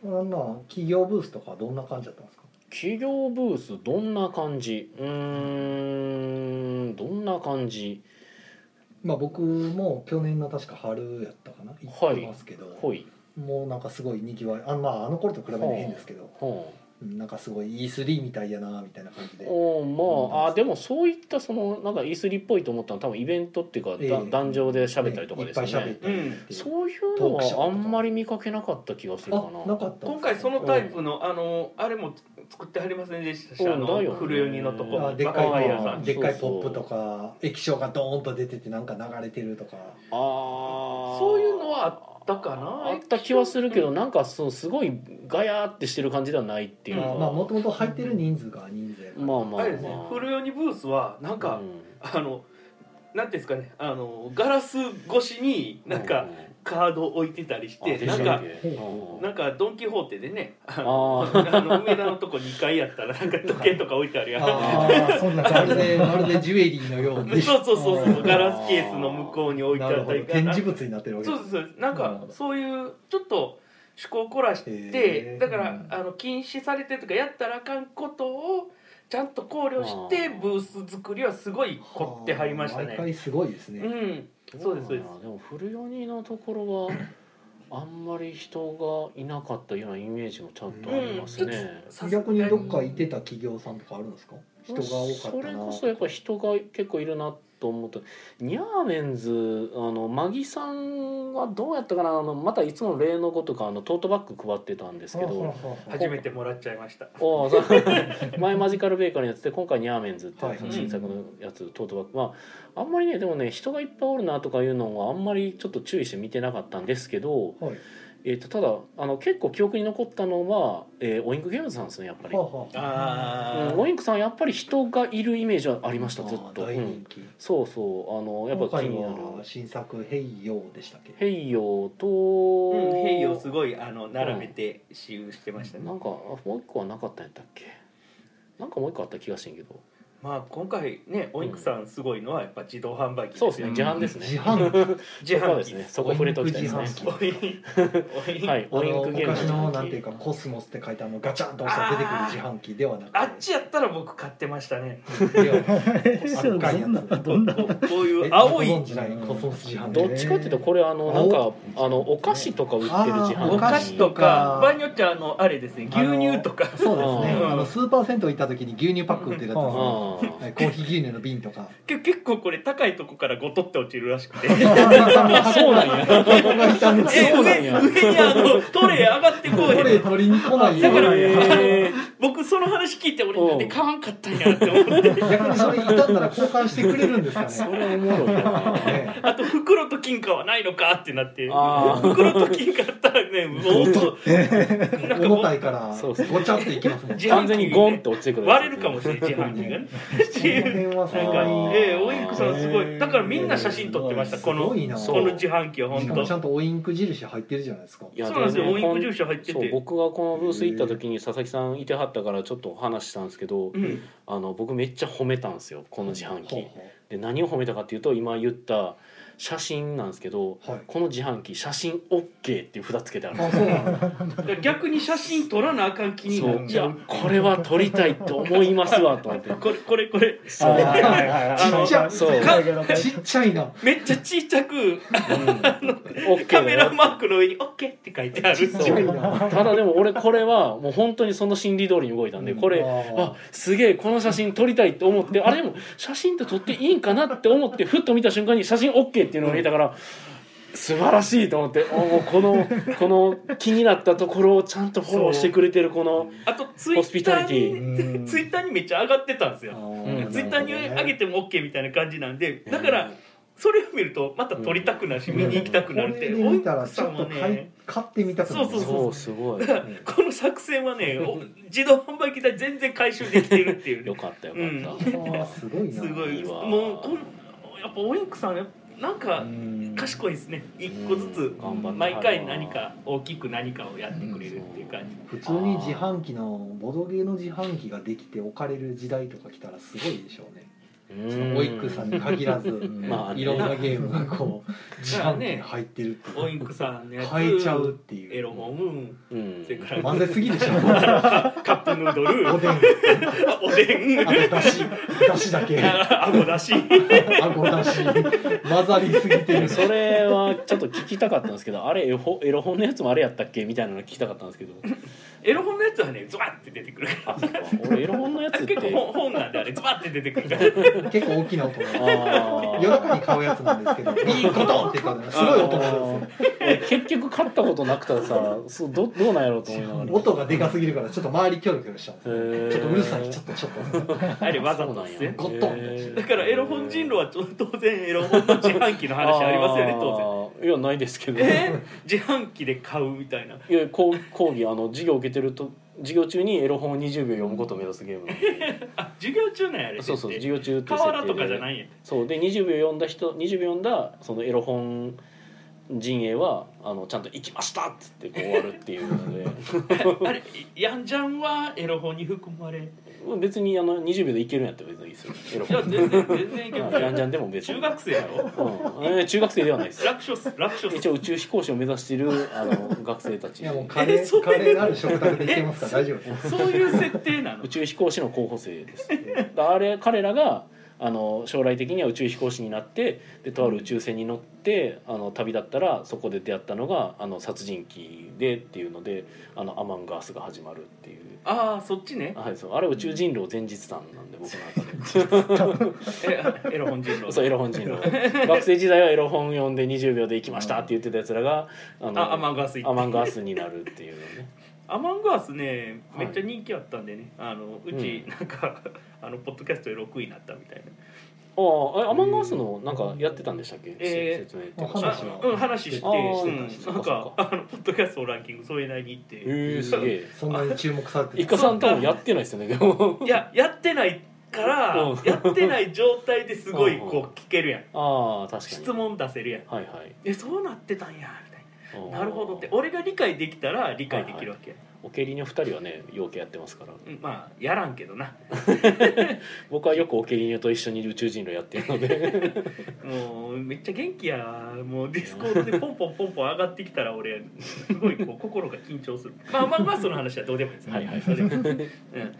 間作ってんあんな企業ブースとかどんな感じだったんですか企業ブースどんな感じうーんどんな感じまあ僕も去年の確か春やったかな行ってますけど、ほいもうなんかすごいにぎわいあ,、まあ、あの頃と比べて変ですけど、ほうんなんかすごい E3 みたいやなみたいな感じうでおーまああでもそういったそのなんか E3 っぽいと思ったのは多分イベントっていうか、だええ壇上で喋ったりとかですねいっぱい喋っねたりっていうそういうのトークショーとはあかんまり見かけなかった気がするかなあなかった今回そのタイプのあのあれも作ってはりませんでしたしうんあだよのね古湯にのとこあでっバかカいワイヤーさんでっかいそうそうポップとか液晶がドーンと出ててなんか流れてるとかあーそういうのはあったかなあった気はするけどなんかそうすごいガヤーってしてる感じではないっていうまあのまがあもともと入ってる人数が人数やからまあまあまああれですね古湯にブースはなんか、あのなんていうんですかねあのガラス越しになんかカード置いてたりしてでなんかうんなんかドン・キホーテでねあのああの梅田のとこ2階やったらなんか時計とか置いてあるやんああそんなまるでまるでジュエリーのように そうそうそうそあうーガラスケースの向こうに置いてなあるっほたどり展示物になってるわけそうそうそうなんなるかほどそういうちょっと趣向を凝らしへてーだからあの禁止されてるとかやったらあかんことをちゃんと考慮してあーブース作りはすごい凝ってはりました毎ね回すごいですね、うんそうですそうですどなでも古ヨニのとこ ろはあんまり人がいなかったようなイメージもちゃんとありますね、さすが逆にどっかいてた企業さんとかあるんですか人が多かそったれなこそやっぱ人が結構いるなと思ったニャーメンズあのマギさんはどうやったかなあのまたいつも例のごとくあのトートバッグ配ってたんですけど初めてもらっちゃいましたおうそう 前マジカルベーカリーのやつで今回ニャーメンズっていうはいその新作のやつトートバッグまああんまりねでもね人がいっぱいおるなとかいうのはあんまりちょっと注意して見てなかったんですけど、はいえー、とただあの結構記憶に残ったのは、えーオインクゲームズさんですねやっぱり、はあはあうんあオインクさんやっぱり人がいるイメージはありましたずっと、あー大うん人気、そうそうあのやっ今ぱ気回になはる新作「ヘイヨー」でしたっけ「ヘイヨー」とあうん「ヘイをすごいあの並べて使用してましたねなんかあもう一個はなかったんやったっけなんかもう一個あった気がしてんけどまあ今回ねおいくさんすごいのはやっぱ自動販売機そうですね自販ですね自販機自 そう販で機すでねすそこ触れときたいですねオインクおいおいはいあオインのクゲーム昔自販の機なんていうか「コスモス」って書いてあのガチャンと押したら出てくる自販機ではなくてあっちやったら僕買ってましたね赤いやつどんなこうこういえう青いご存知ないコスモス自販機どっちかっていうとこれあのなんかあのお菓子とか売ってる自販あー機お菓子とかお菓子とか場合によってはあのあれですね牛乳とか そうですね、うんあのスーパー銭湯行った時に牛乳パック売ってるやつ ですね、あはーいコーヒー牛乳の瓶とかけ結構これ高いとこからゴトって落ちるらしくてそうなんや人がいたんですえそうよなん上や上にあのトレー上がってこうこへれん取りに来ないだよからへー僕その話聞いて俺うんなんで買わんかったんやって思って 逆にそれいたんなら交換してくれるんですかねそれおもろい なねあと袋と金貨はないのかってなってあー袋と金貨あったらねもっとなんかも重うたいからそうそうごちゃっていきますもん自販機完全にゴンって落ちてくる割れるかもしれない自販機がねってそのいう辺はさす なんがかにええオインクさんすごへいーだからみんな写真撮ってましたこのすごこいなそうの自販機はし本かも当ちゃんとおインク印入ってるじゃないですかいやそうなんですよでオねインク住所入ってそうて僕がこのブース行った時に佐々木さんいてはったからちょっと話したんですけどうんあの僕めっちゃ褒めたんですよこの自販ほう機ほうで何を褒めたかっていうと今言った写真なんですけど、はいこの自販機写真 OK っていう札つけてあるんですよだから逆に写真撮らなあかん気にそなっういちゃやうこれは撮りたいと思いますわと思ってこれこれこれそう、はうはいはいはいあのちっちゃそうちっちゃいなめっちゃちっちゃくん、OK カメだラよマークの上に「OK」って書いてあるちっちゃいなただでも俺これはもう本当にその心理通りに動いたんでこれあすげえこの写真撮りたいって思ってあれでも写真って撮っていいんかなって思ってふっと見た瞬間に写真 OK っていうのが見えたから素晴らしいと思っておーこのこの気になったところをちゃんとフォローしてくれてるこのあとツイホスピッタタリーテにィうんツイッターにめっちゃ上がってたんですようんツイッターに上げても OK みたいな感じなんでだかうらんそれを見るとまた撮りたくなるし見に行きたくなるってこれで見たらちょっと買い、買ってみたくなるそうそうすごいだからこの作戦 はねお自動販売機で全然回収できてるっていうねよかったよかった、あーすごいすなごいいいわもうこんやっぱオインクさんやっぱなんかうん賢いですね一個ずつうん頑張ってはる毎回何か大きく何かをやってくれるっていう感じ普通に自販機のボドゲの自販機ができて置かれる時代とか来たらすごいでしょうねうんそのオイックさんに限らず、まあねいろんなゲームがこう自販機に入ってるっていうオインクさんのやつ買えちゃうっていうエロモンうんそれから混ぜすぎでしょカップヌードルおでんおでんあとだしだしだけああごだしごだし混ざりすぎてるそれはちょっと聞きたかったんですけどあれエホエロ本のやつもあれやったっけみたいなの聞きたかったんですけどエロ本のやつはねズバッて出てくるあそっか俺エロ本のやつっ結構て本本なんであれズバッて出てくるから結構大きな音があー夜中に買うやつなんですけどいいことって言ったらすごい音なんですよ俺結局買ったことなくたらさそうどどうなんやろうと思いな がら音がでかすぎるからちょっと周りキョロキョロしちゃうちょっとうるさいちょっととちょっとあれわざとですねゴットンだからエロ本人狼はちょ当然エロ本の自販機の話ありますよね当然当然いやないですけどえ自販機で買うみたいないや講講義あの授業受けてると授業中にエロ本を20秒読むことを目指すゲームなん であ授業中なんやあれそうそう設授業定中っていう河原とかじゃでないんやそうで20秒読んだ人20秒読んだそのエロ本陣営はあのちゃんと「行きました!」っつってこう終わるっていうのであれヤンジャンはエロ本に含まれ別にあの20秒でいけるんやったら別にいいですよエロいや本全然全然いけるやんじゃんでも別に中学生やうろんえー中学生ではないです楽勝っす楽勝っす一応宇宙飛行士を目指しているあの学生たちいやもうカレえそーれカレーのある食卓でいけますから大丈夫ですそういう設定なの宇宙飛行士の候補生ですだあれ彼らがあの将来的には宇宙飛行士になってでとある宇宙船に乗ってあの旅立ったらそこで出会ったのがあの殺人鬼でっていうのであのアマンガースが始まるっていう。ああそっちねはい、そうあれ宇宙人狼前日譚なんで僕の中でえエロ本人 狼そうエロ本人狼学生時代はエロ本読んで20秒で行きましたって言ってたやつらがああアマンガース行ってアマンガースになるっていうのねアマンガースねはめいっちゃ人気あったんでね、あのうちうなんか、あのポッドキャストで6位になったみたいあな、あえアマンガースのなんかやってたんでしたっけ、えー説明っていうか話そはのあうん、話してあーうんしてたなんそかっあのポッドキャストのランキングそれなりにいって、えー、すげえそんなに注目されて一家さん多分やってないですよねでもいややってないから、うんやってない状態ですごいうんこう聞けるやんああ確かに質問出せるやんはいはいえそうなってたんやみたいあーななるほどって俺が理解できたら理解できるわけや、おけりの二人はねようけやってますからうんまあやらんけどな僕はよくおけりにと一緒に宇宙人狼やってるので もうめっちゃ元気やもうディスコードでポンポンポンポン上がってきたら俺すごいこう心が緊張するまあまあまあその話はどうでもいいですはいはいどうでもいいですうん、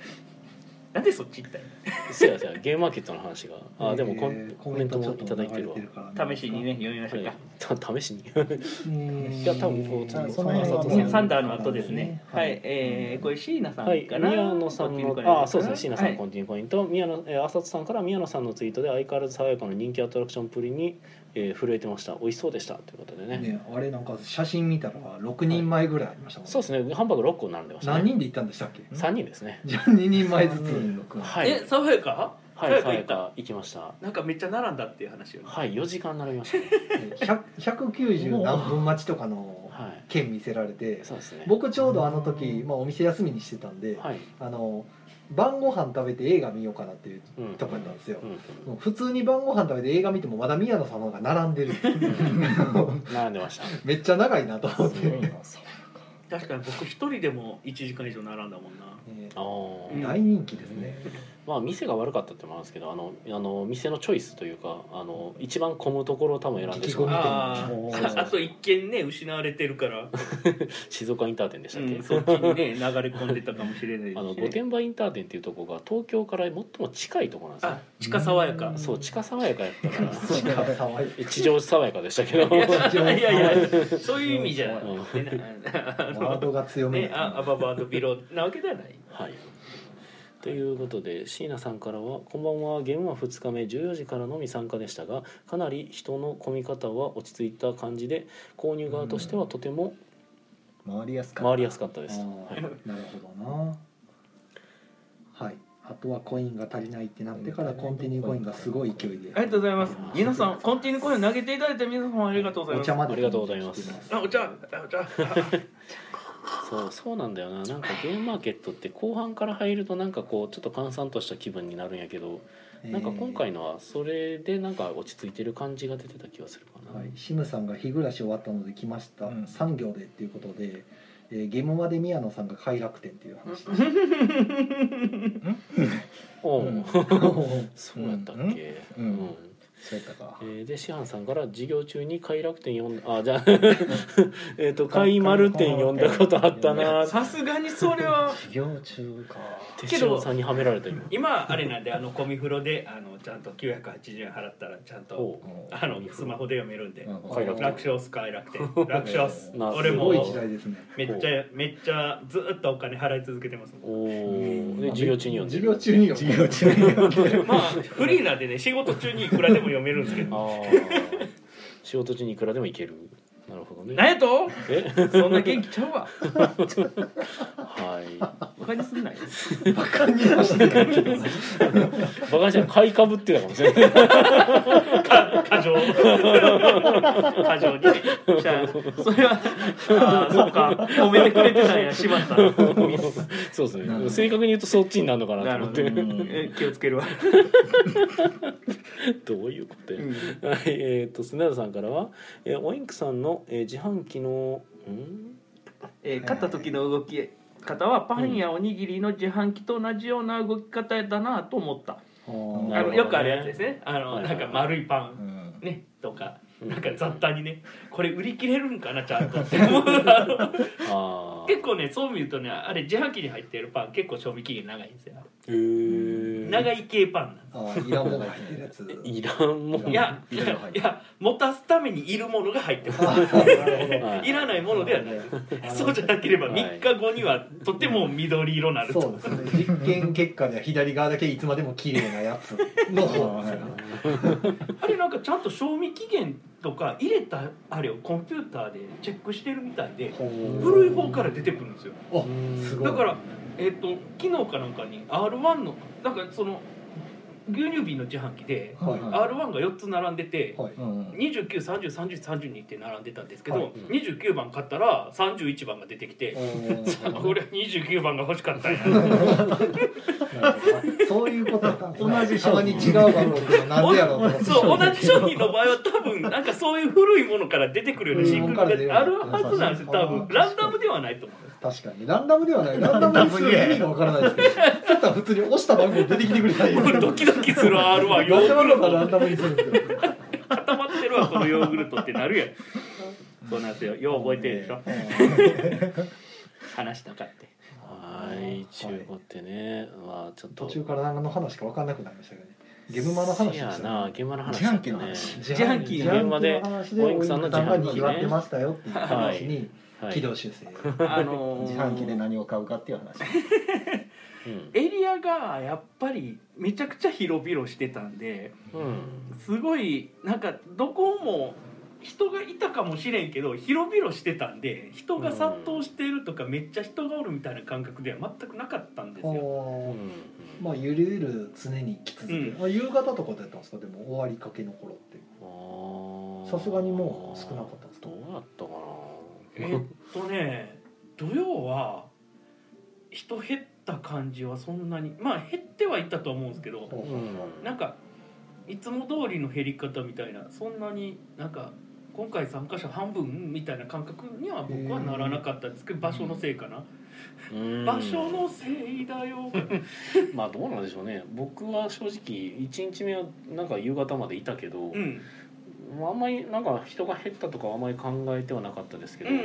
なんでそっち行ったんやそうやそうやゲームマーケットの話があーでもコ,、えーコメントもいただいてるわコメントちょっと流れてるからね試しにね読みましょうか、た試しにうんいや多分こうあその辺佐はもう藤さんサンダーの後ですねははいい、えー、これ椎名さんはいかな、宮野さんこっちにの来られるかなあーそうですね椎名さんはいコンティニューポイント、宮野えー浅津さんから宮野さんのツイートで相変わらず爽やかな人気アトラクションプリに、えー震えてました美味しそうでしたということでねねあれなんか写真見たら6人前ぐらいありましたもんねそうですねハンバーグ6個並んでました、ね、何人で行ったんでしたっけ3人ですねじゃあ2人前ずつはいえ爽やかは爽いやか爽行やったか行きましたなんかめっちゃ並んだっていう話よねはい4時間並びましたね100 190何分待ちとかのはい券見せられてそうですね僕ちょうどあの時、まあ、お店休みにしてたんではい、あの晩ご飯食べて映画見ようかなっていううん、とこやったんですよう、んもう普通に晩ご飯食べて映画見てもまだ宮野さんの方が並んでる 並んでましためっちゃ長いなと思って、ね確かに僕一人でも1時間以上並んだもんなあーうん大人気ですね、まあ店が悪かったってのもあるんですけどあのあの店のチョイスというかあの一番混むところを多分選んでしま聞き込うみあもうああと一軒ね失われてるから、静岡インター店でしたっけ、うんそっち にね流れ込んでたかもしれないですしあの御殿場インター店っていうとこが東京から最も近いところなんですあね地下爽やかそう地下爽やかやったから騒いえ地上爽やかでしたけど いやいやいやそういう意味じゃなくてねあワードのが強めねだあアババードビロなわけではないはい。ということで椎名さんからは「こんばんはゲームは2日目14時からのみ参加でしたがかなり人の混み方は落ち着いた感じで購入側としてはとても回りやすかった回りやすかったです」あはいーなるほどなはいあとはコインが足りないってなってからコンティニューコインがすごい勢いでありがとうございます皆さんコンティニューコイン投げていただいた皆様ありがとうございおます茶までありがとうございますあお茶あお茶そうそうなんだよななんかゲームマーケットって後半から入るとなんかこうちょっと閑散とした気分になるんやけどなんか今回のはそれでなんか落ち着いてる感じが出てた気がするかな、はい、シムさんが日暮らし終わったので来ました、うん産業でっていうことで、えー、ゲームまで宮野さんが快楽天っていう 話でおううんすそそうやったっけ、うんうんうやったかえーで師範さんから授業中に快楽天読んだあじゃあ えっと快丸店読んだことあった なさすがにそれは授業中か手塩さんにはめられた今今あれなんであのコミフロであのちゃんと980円払ったらちゃんとおあのスマホで読めるんでうん快楽楽勝っす快 楽天楽勝っすなあ俺すもごい時代ですねめっちゃめっちゃずっとお金払い続けてますもんおおで授業中に読んで授業中によ授業中にやってるまあフリーなんでね仕事中にいくらでも読めるんですけあ どー仕事中にいくらでもいけるなるほど何ねやとえそんな元気ちゃうわはバカにすんなよバカにはしてないけどいバカにしたら買いかぶってたかもしれない過剰過剰にねじゃあそれはああそうか褒めてくれてたんやしま ったミスそうですなるほねど正確に言うとそっちになるのかななとる思ほっどてえ気をつけるわ どういうことや、はいえっ、と砂田さんからは、えー、おインクさんの、えー自販機のんえー、買った時の動き方はパンやおにぎりの自販機と同じような動き方だなと思った、ああなるほどねのよくあるやつですねあのはいなんか丸いパンんねとかなんか雑多にねこれ売り切れるんかなちゃんと って思うあのあー結構ねそう見るとねあれ自販機に入ってるパン結構賞味期限長いんですよへー長い系パンなんであすーいらんものが入ってるやついらんもんいやいやいや持たすためにいるものが入ってますあーなるはいらないものではないほどそうじゃなければはい3日後にはとても緑色になるそうとですね実験結果では左側だけいつまでも綺麗なやつの方ですよねあれなんかちゃんと賞味期限とか入れたあれをコンピューターでチェックしてるみたいで古い方から出てくるんですよあうんすごいだからえっ、と昨日かなんかに R1 のなんかその牛乳瓶の自販機ではいは R1 が4つ並んでていはいうん29303032って並んでたんですけど、はいうん29番買ったら31番が出てきて、俺は29番が欲しかったんやそういうことだったんですね。同じたまに違うだろうけど、なんでやろうと思って。そう同じ商品の場合は多分なんかそういう古いものから出てくるようなシンクがあるはずなんですよ多分ランダムではないと思う確かに。ランダムではない。ランダムにする意味がわからないですけど。だったら普通に押した番号出てきてくれたらいいですこけれど。ドキドキする R1 ヨランダーグムルのラトンダムにするんですよ。固まってるわこのヨーグルトってなるやんそうなんですよよう覚えてる でしょ話したかってはい中古ってねまあちょっと途中から何の話か分かんなくなりましたけどね。ゲムマの話でせしたやねな現場の話自販機の話ね自販機自販機の話でおインクさんの自販機ねおインクさんが賑わってましたよっていう話にはい軌道修正。あのー自販機で何を買うかっていう話うんエリアがやっぱりめちゃくちゃ広々してたんでうんすごいなんかどこも人がいたかもしれんけど広々してたんで人が殺到してるとかめっちゃ人がおるみたいな感覚では全くなかったんですようおーんまあゆるゆる常に来続けるう。あ夕方とかだったんですか。でも終わりかけの頃って。あーさすがにもう少なかったんですかどうやったかえ っとね土曜は人減った感じはそんなにまあ減ってはいったとは思うんですけどなうんなんかいつも通りの減り方みたいなそんなになんか今回参加者半分みたいな感覚には僕はならなかったんですけど場所のせいかな、うん場所のせいだよまあどうなんでしょうね僕は正直1日目はなんか夕方までいたけど、うんあんまりなんか人が減ったとかはあんまり考えてはなかったですけど、うん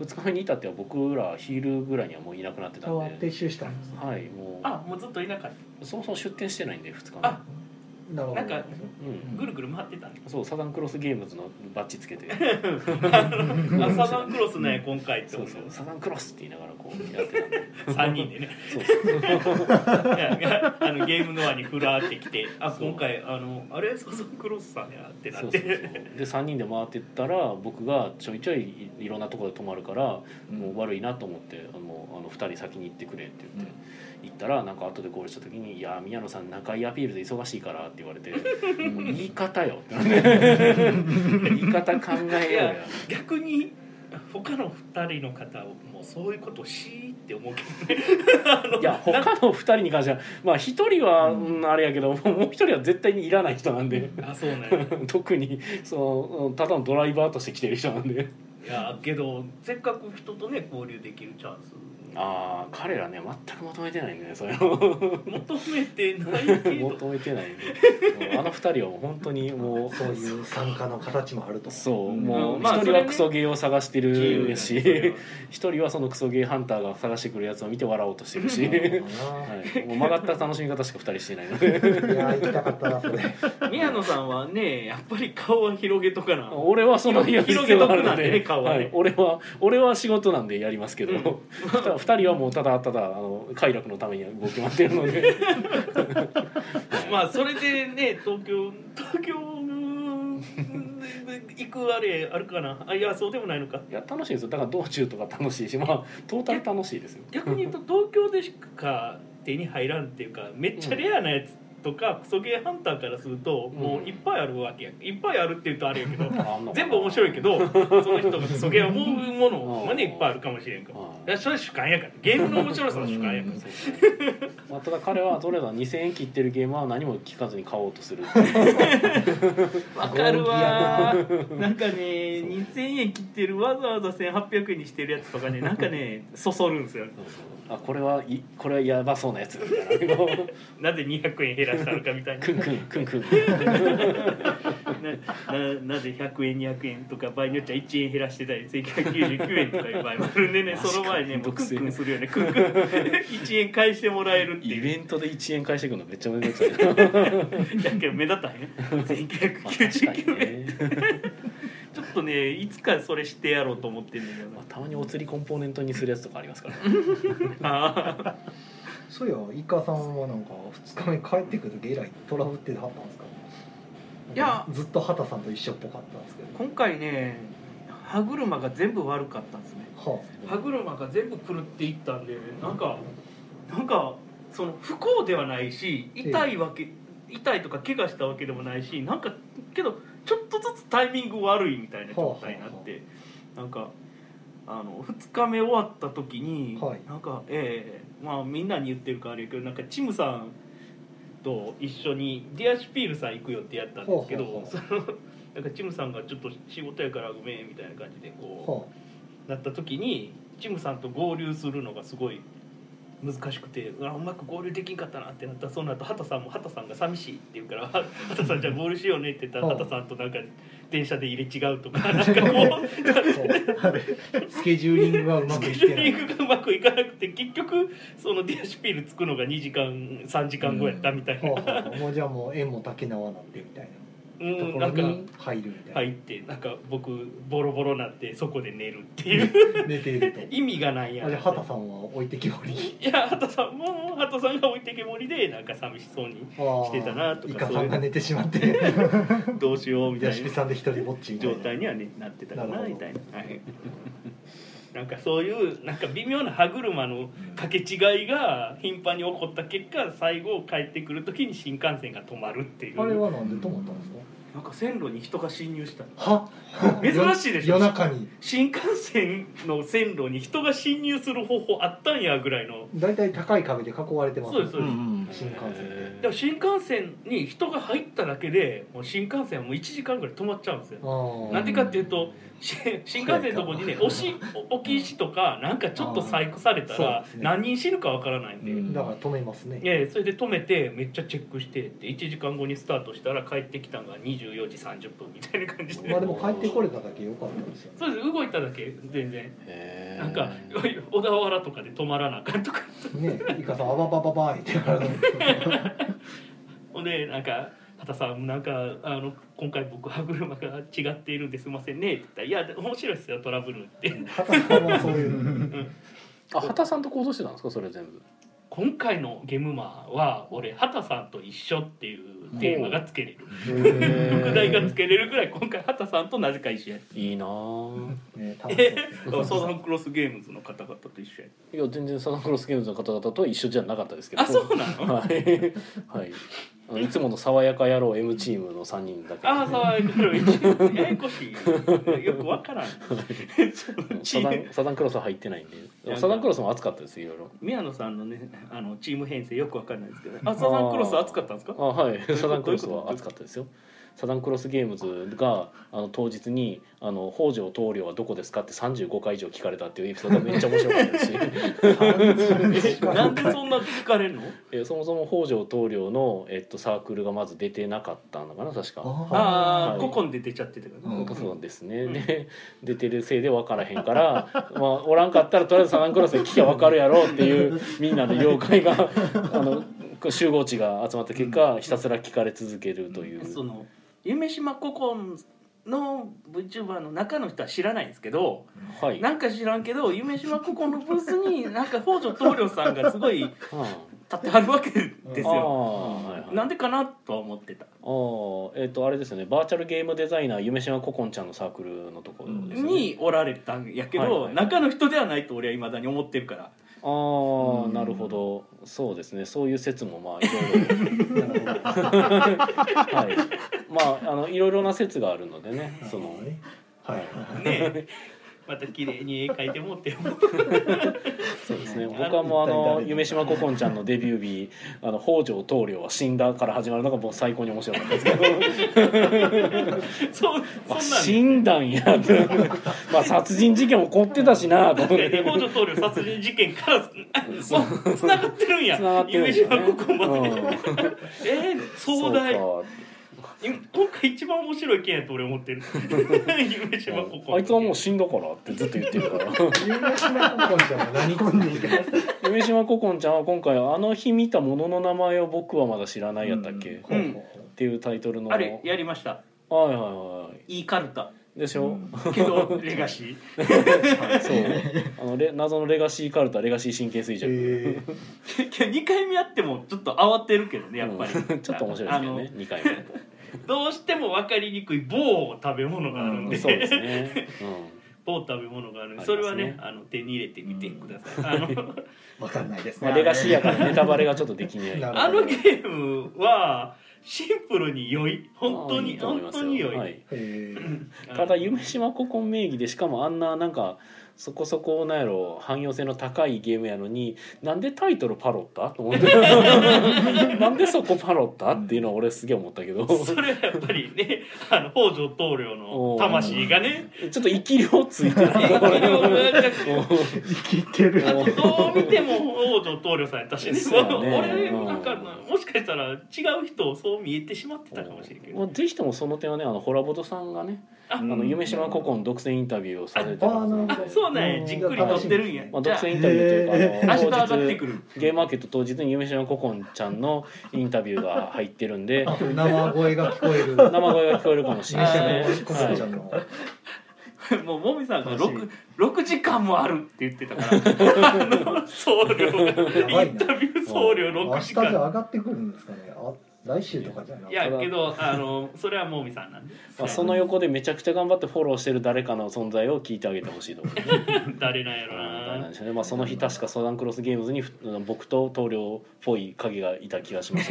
2日目にいたっては僕ら昼ぐらいにはもういなくなってた変わんってで一周したんですねはいもうあもうずっといなかっそもそも出店してないんで2日目あなるほたどなんかうん、ぐるぐる回ってたんで そうサザンクロスゲームズのバッジつ けてあサザンクロスね今回ってそ思ううそうサザンクロスって言いながらこうやってたんで3人でね そうそういやあのゲームの輪にふらーってきてあ今回あのあれサザンクロスさんやってなそっうそうそうてで3人で回ってったら僕がちょいちょいいいろんなところで泊まるからもう悪いなと思って「あのあの2人先に行ってくれ」って言って、行ったらなんか後で合流した時に「いや宮野さん仲いいアピールで忙しいから」って言われて「もう言い方 よ」ってなって言い方考えようやいや逆に他の2人の方をもうそういうことをしーって思うけどねあのいや他の2人に関してはまあ1人は、うん、あれやけどもう1人は絶対にいらない人なんで あそうね特にそのうんただのドライバーとして来てる人なんでいやけどせっかく人とね交流できるチャンスああ彼らね全くまとめてないね それを求めてないけど求めてない ねうんあの2人はもう本当にもうそういう参加の形もあるとそううんもうまあ一そ人れはねクソゲーを探して自由るやしそれは一人はそのクソゲーハンターが探してくるやつを見て笑おうとしてるし、なるは、ほどないもう曲がった楽しみ方しか二人してないの でいやー行きたかったなそれ 宮野さんはねやっぱり顔は広げとかな俺はその広げ必要がある広げとくなんてね顔はねはい、俺は俺は仕事なんでやりますけど、う二ん人 二人はもうただただあの快楽のために動き回ってるのでまあそれでね東京東京うん行くあれあるかなあいやそうでもないのかいや楽しいですよだから道中とか楽しいしまあトータル楽しいですよ逆に言うと東京でしか手に入らんっていうかめっちゃレアなやつとかクソゲーハンターからするともういっぱいあるわけやいっぱいあるって言うとあれやけあどんのかな全部面白いけどその人がクソゲー思うものまでいっぱいあるかもしれんからはいいやそれは主観やからゲームの面白さは主観やからまあ、ただ彼はとりあえず2000円切ってるゲームは何も聞かずに買おうとするわかるわーなんかね2000円切ってるわざわざ1800円にしてるやつとかねなんかねそそるんですよあこれはいこれはやばそうなやつみたいななぜ200円減らしたのかみたい なクンクンクンクンなななぜ100円200円とか場合によっちゃ1円減らしてたり1999円とかいう場合もあるんでねマジかその前ねもうクンめクんどくせンするよねクンクン1円返してもらえるってイいうベントで1円返してくるのめっちゃ面倒く さいなだけど目立たへんまあ確かに1999円ね、ちょっとねいつかそれしてやろうと思ってんだけどまあな、たまにお釣りコンポーネントにするやつとかありますから、 あーそういやイカさんはなんか2日目帰ってくる時えらいトラブってはったんですかいやずっと畑さんと一緒っぽかったんですけど今回ね歯車が全部悪かったんですねは歯車が全部狂っていったんでなんかなんかその不幸ではないし痛いわけ痛いとか怪我したわけでもないしなんかけどちょっとずつタイミング悪いみたいな状態になってなんかあの2日目終わった時に、はいなんかええまあみんなに言ってるからあれやけどなんかチムさんと一緒にディアシュピールさん行くよってやったんですけどほうほうそのなんかチムさんがちょっと仕事やからごめんみたいな感じでこう。はなった時にチムさんと合流するのがすごい難しくてうわうまく合流できんかったなってなったらその後畑さんも畑さんが寂しいって言うから「畑さんじゃあ合流しようね」って言ったらうん畑さんとなんか電車で入れ違うとかなんかこ うスケジューリングがうまスくケいっジュてーなリいングがうまくいかなくて結局そのディアシュピール着くのが2時間3時間後やったみたいな、はあはあもうじゃあもう縁も竹縄なんでみたいうんなとこなろんかに入るみた入いってなんか僕ボロボロなってそこで寝るっていうな寝ていると意味がないやあんじゃあ畑さんは置いてきぼりいや畑さんも畑さんが置いてけぼりでなんか寂 しそうにしてたなとかイカそさういんうが寝てしま ってどうしようみた屋敷いなさんで一人ぼっちみた状いな態には、ね、なってたなかるなほどみたいな、はい、なんかそういうなんか微妙な歯車のかけ違いが頻繁に起こった結果最後帰ってくる時に新幹線が止まるっていあれうはなんで止まったんですかなんか線路に人が侵入したは珍しいでしょ夜中に新幹線の線路に人が侵入する方法あったんやぐらいの大体高い壁で囲われてますそうですそううです、新ん幹線ででも新幹線に人が入っただけでもう新幹線はもう1時間ぐらい止まっちゃうんですよあなんでかっていうとし新幹線のとこにね押し置き石とかなんかちょっと細工されたあーそうらですね何人死ぬかわからないんで、ういんあだから止めますねやいやそれで止めてめっちゃチェックしてって1時間後にスタートしたら帰ってきたのが24時30分みたいな感じでまあでも帰ってこれただけ良かったですよそうです動いただけ全然へーなんか小田原とかで止まらなあかんとかねイカさんあばばばばーいって言われてほんでなんか「畑さんなんかあの今回僕歯車が違っているんですいませんね」って言ったら「いや面白いですよトラブル」って畑さんはそういうあ畑さんと行動してたんですかそれ全部今回のゲムマは俺畑さんと一緒っていうテーマがつけれる 副題がつけれるぐらい今回畑さんとなぜか一緒やっいいなぁね楽し そうたサザンクロスゲームズの方々と一緒やっいや全然サザンクロスゲームズの方々とは一緒じゃなかったですけたどあそうなのはい、はいあの、いつもの爽やか野郎 M チームの3人だけああそうやこれややこしいよく わからんサザンサザンクロスは入ってないんででもサザンクロスも暑かったですいろいろ宮野さんのねあのチーム編成よくわかんないですけどあサザンクロス熱かった んですかあはいどういうことサザンクロスは暑かったですよサザンクロスゲームズがあの当日にあの「北条棟梁はどこですか?」って35回以上聞かれたっていうエピソードがめっちゃ面白かった ですしなんでそんな聞かれるのえそもそも北条棟梁の、えっと、サークルがまず出てなかったのかな確か。あはあい古今で出ちゃってたからうんそうですね、で出てるせいで分からへんからまあおらんかったらとりあえずサザンクロスで聞きゃ分かるやろうっていうみんなの妖怪 があの集合地が集まった結果ひたすら聞かれ続けるという。その夢島古今の VTuber の中の人は知らないんですけどはい、なんか知らんけど夢島古今のブースになんか北条棟梁さんがすごい立うんってはるわけですあーよ。はいはいなんでかなとは思ってた。あーえっ、とあれですねバーチャルゲームデザイナー夢島ココンちゃんのサークルのところですよね、におられたんやけはいはいどはい中の人ではないと俺は未だに思ってるからああうんなるほどそうですねそういう説もまあいろいろ はい、まああのいろいろな説があるのでねそのはいね えまた綺麗に絵描いてもっ て思うそうですね僕はもうあの夢島ココンちゃんのデビュー日「あの北条棟梁は死んだ」から始まるのがもう最高に面白かったですけど そうあそんなん死んだんや ってまあ殺人事件起こってたしなと思っでて北条棟梁殺人事 件からつながってるんや繋がってるん夢ですよ島ね古今まで、 うんえー、壮大そうか今今回一番面白い件やと俺思っ てる夢島ここあいつはもう死んだからってずっと言ってるから有名なココンちゃんは何コンに行け夢島ココンちゃんは今回「あの日見たものの名前を僕はまだ知らない」やったっけ、っうんていうタイトルのあれやりましたはいはいはいいカル タいでしょ、けどレガシーそうあのレ謎のレガシーカルタレガシー神経衰弱、えーけけ2回目やってもちょっと慌てるけどねやっぱり、うん ちょっと面白いですけどね2回目あのどうしても分かりにくい棒食べ物があるんで、そうです ね、棒食べ物があるんでありますねそれはねあの手に入れてみてください、あ のわかんないですうんまあ、ね。レガシーやからネタバレがちょっとできないなるあのゲームはシンプルに良い本当いにいと思い本ます当よに良い、はい、えーあのただ夢島古今名義でしかもあんななんかそこそこなんやろ汎用性の高いゲームやのになんでタイトルパロッタと思って なんでそこパロッタっていうのは俺すげえ思ったけどそれはやっぱりねあの北条棟梁の魂がねちょっと生き量ついてない影響が 生きてる。どう見ても北条棟梁さんやったしねそうやね俺うんなんかもしかしたら違う人をそう見えてしまってたかもしれんけどまあ、ぜひともその点はねあのホラボドさんがねああの夢島古今独占インタビューをされてたはずなんでああそうなんうやんじっくり撮ってるんやまあ、じ独ゃ占インタビューというかああ明日の上が当って日くるゲームマーケット当日に夢島古今ちゃんのインタビューが入ってるんであと生声が聞こえる生声が聞こえるかもしれ新ない車のでコすね。コ はンいちゃんのもうもみさんが楽しい 6, 6時間もあるって言ってたからあの僧侶やばイいンなタビュー僧侶明6日時じゃ間上がってくるんですかねあ来週とかじゃないいやけどあのそれはもみさんなんでまあ、その横でめちゃくちゃ頑張ってフォローしてる誰かの存在を聞いてあげてほしいと思います誰なんやろ誰なんなでしょうね、まあ、その日確かソダンクロスゲームズにふ僕と棟梁っぽい影がいた気がしまし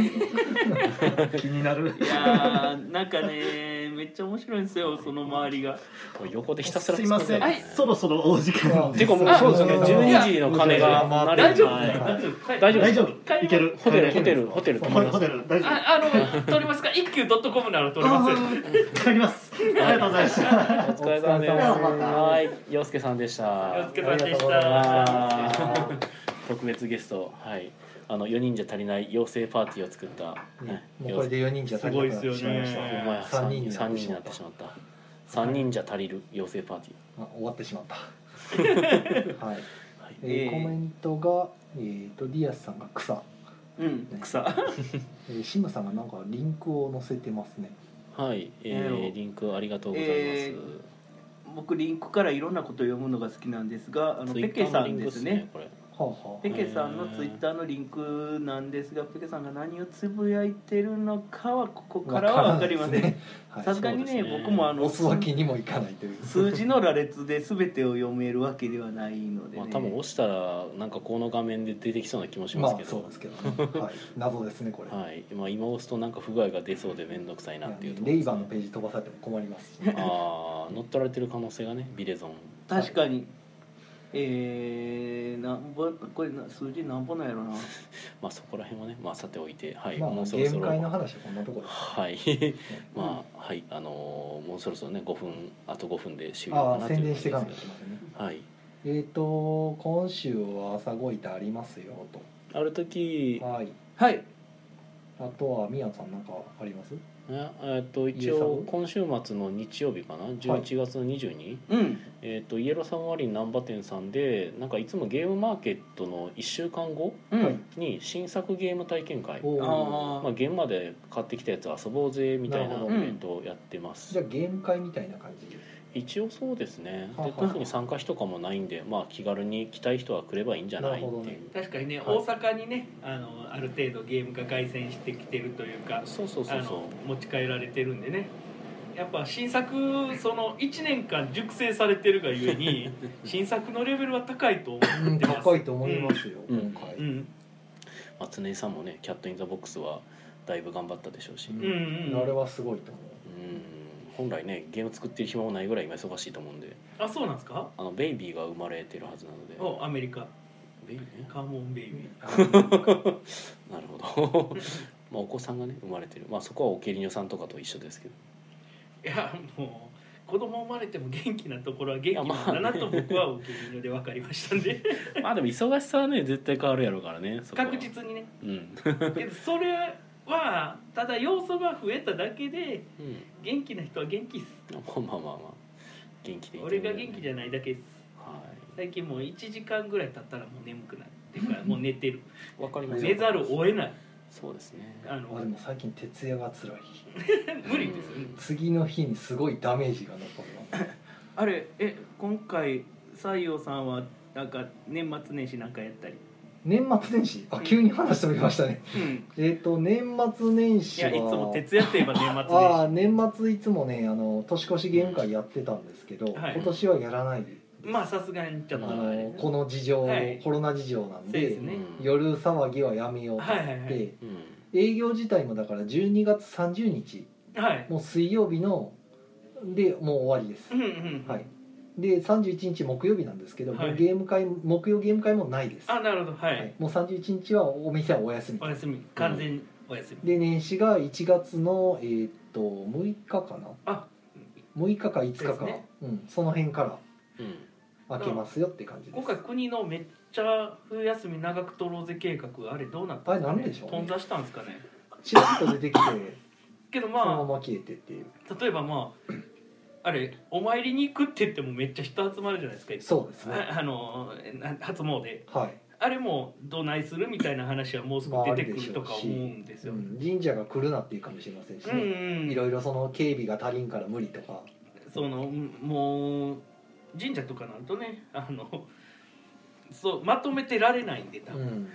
たけど気にないるやーなんかねめっちゃ面白いんですよその周りがこう横でひたすらすいません、突っ込でそろそろお時間てでいうかもうそうですね12時の鐘が鳴大る丈夫前大丈大丈夫夫大丈夫いけるホテルホテルホテル泊ホまテりルまホすテル大丈夫ああの取りますか一休ドットコムなら取れます帰りますありがとうございましたお 疲れ様でおす疲れ様ですはい洋介さんでしたお疲れ様でしあたー特別ゲストはいあの4人じゃ足りない妖精パーティーを作った、はいもうこれで4人じゃ足りなくなってしまいましすごいっすた、よねお前は三人に3人になってしまった3人じゃ足りる妖精パーティーあ終わってしまったはい、はいええーーコメントが、えー、とディアスさんが草、うん草えー、シムさんがなんかリンクを載せてますねはい、えーえーリンクありがとうございます。え僕リンクからいろんなことを読むのが好きなんですがあのペケ Twitter さのリんンクでっすね。これはあはペケさんのツイッターのリンクなんですがペケさんが何をつぶやいてるのかはここあからは分かりませわんからなさいですすがねにそうねですね僕もあはい、の押すわけにもいかないという数字の羅列で全てを読めるわけではないので、ねまあ多分押したらなんかこの画面で出てきそうな気もしまますあけそどうで。すけど、ね、はい謎ですねこれ、はい、まあ今押すとなんか不具合が出そうで面倒くさいなっていうところレでイすねバンのページ飛ばされても困りますしああ乗っ取られてる可能性がねビレゾン確かに、えー、なんぼこれな数字なんぼなんやろなまあそこら辺はねまあさておいてはい、まあ、もうそゲろーそムろ会の話はこんなところですはい まあはいあのーもうそろそろね5分あと5分で終了あかあな宣という伝とこしてろかんでといすけませんねがはいえっ、と今週は朝ごいてありますよある時とはいはいあとはミヤさんなんかありますねえっと一応今週末の日曜日かな11月の22、うんえっとイエローサンワリン難波店さんでなんかいつもゲームマーケットの1週間後うん、はいに新作ゲーム体験会、おーあまあ、現場で買ってきたやつ遊ぼうぜみたいなイなるほどベントをやってます、じゃあゲーム会みたいな感じで一応そうですねはあではあ特に参加費とかもないんで、まあ、気軽に来たい人は来ればいいんじゃないっていう、なるほどね確かにね、はい大阪にねあのある程度ゲームが凱旋してきてるというかそうそうそうそうあの持ち帰られてるんでねやっぱ新作その1年間熟成されてるがゆ えに新作のレベルは高いと思うんってます高いと思いますよ、うん今回、うん、うんまあ、常井さんもね「キャット・イン・ザ・ボックス」はだいぶ頑張ったでしょうし、うんうんうんあれはすごいと思うん本来ねゲーム作ってる暇もないぐらい今忙しいと思うんであそうなんですかあのベイビーが生まれてるはずなのでおアメリカベイビーねカーモンベイビー なるほどまあお子さんがね生まれてるまあそこはオケリニョさんとかと一緒ですけどいやもう子供生まれても元気なところは元気なんいやだまあなねと僕はお気に入りで分かりましたんでまあでも忙しさはね絶対変わるやろうからね そこは確実にねうん けどそれはただ要素が増えただけでうん元気な人は元気っすまあまあまあまあ元気でいて俺が元気じゃゃないだけっすは最近もう1時間ぐらい経ったらもう眠くなるっていうかもう寝てるいわかります寝ざるを得ないそうですねあう、のあでも最近徹夜が辛い無理ですよね次の日にすごいダメージが残るわあれえ今回西洋さんはなんか年末年始なんかやったり年末年始あ急に話しておりましたねうんえっと年末年い始やはいつも徹夜といえば年末年始ああ年末いつもねあの年越しゲーム会やってたんですけど、はい今年はやらないまあさすがにちょっとああれのねこの事情、はいコロナ事情なんそうでですねうん夜騒ぎはやめようと思って、はいはいはいうん営業自体もだから12月30日はいもう水曜日のでもう終わりですう、んうんはいで31日木曜日なんですけど、はいもうゲーム会木曜ゲーム会もないです、あなるほどははいいもう31日はお店はお休みお休み完全にお休みで年始が1月のえーっと6日かなあ6日か5日でか、すねうん、その辺からうん開けますよって感じで今す回国のめっちゃ冬休み長く取ろうぜ計画あれどうなったあれなんでしょうね頓挫したんですかねチラッと出 てきてけどそのままま消えてっていうあ例えばまああれお参りに行くって言ってもめっちゃ人集まるじゃないですかいつもそうですねああのな初詣はい、あれもどないするみたいな話はもうすぐ出てくるとか思うんですうよ、ん、神社が来るなっていうかもしれませんしうんね、うんいろいろその警備が足りんから無理とかそのもう神社とかなるとねあのそうまとめてられないんで多う分、ん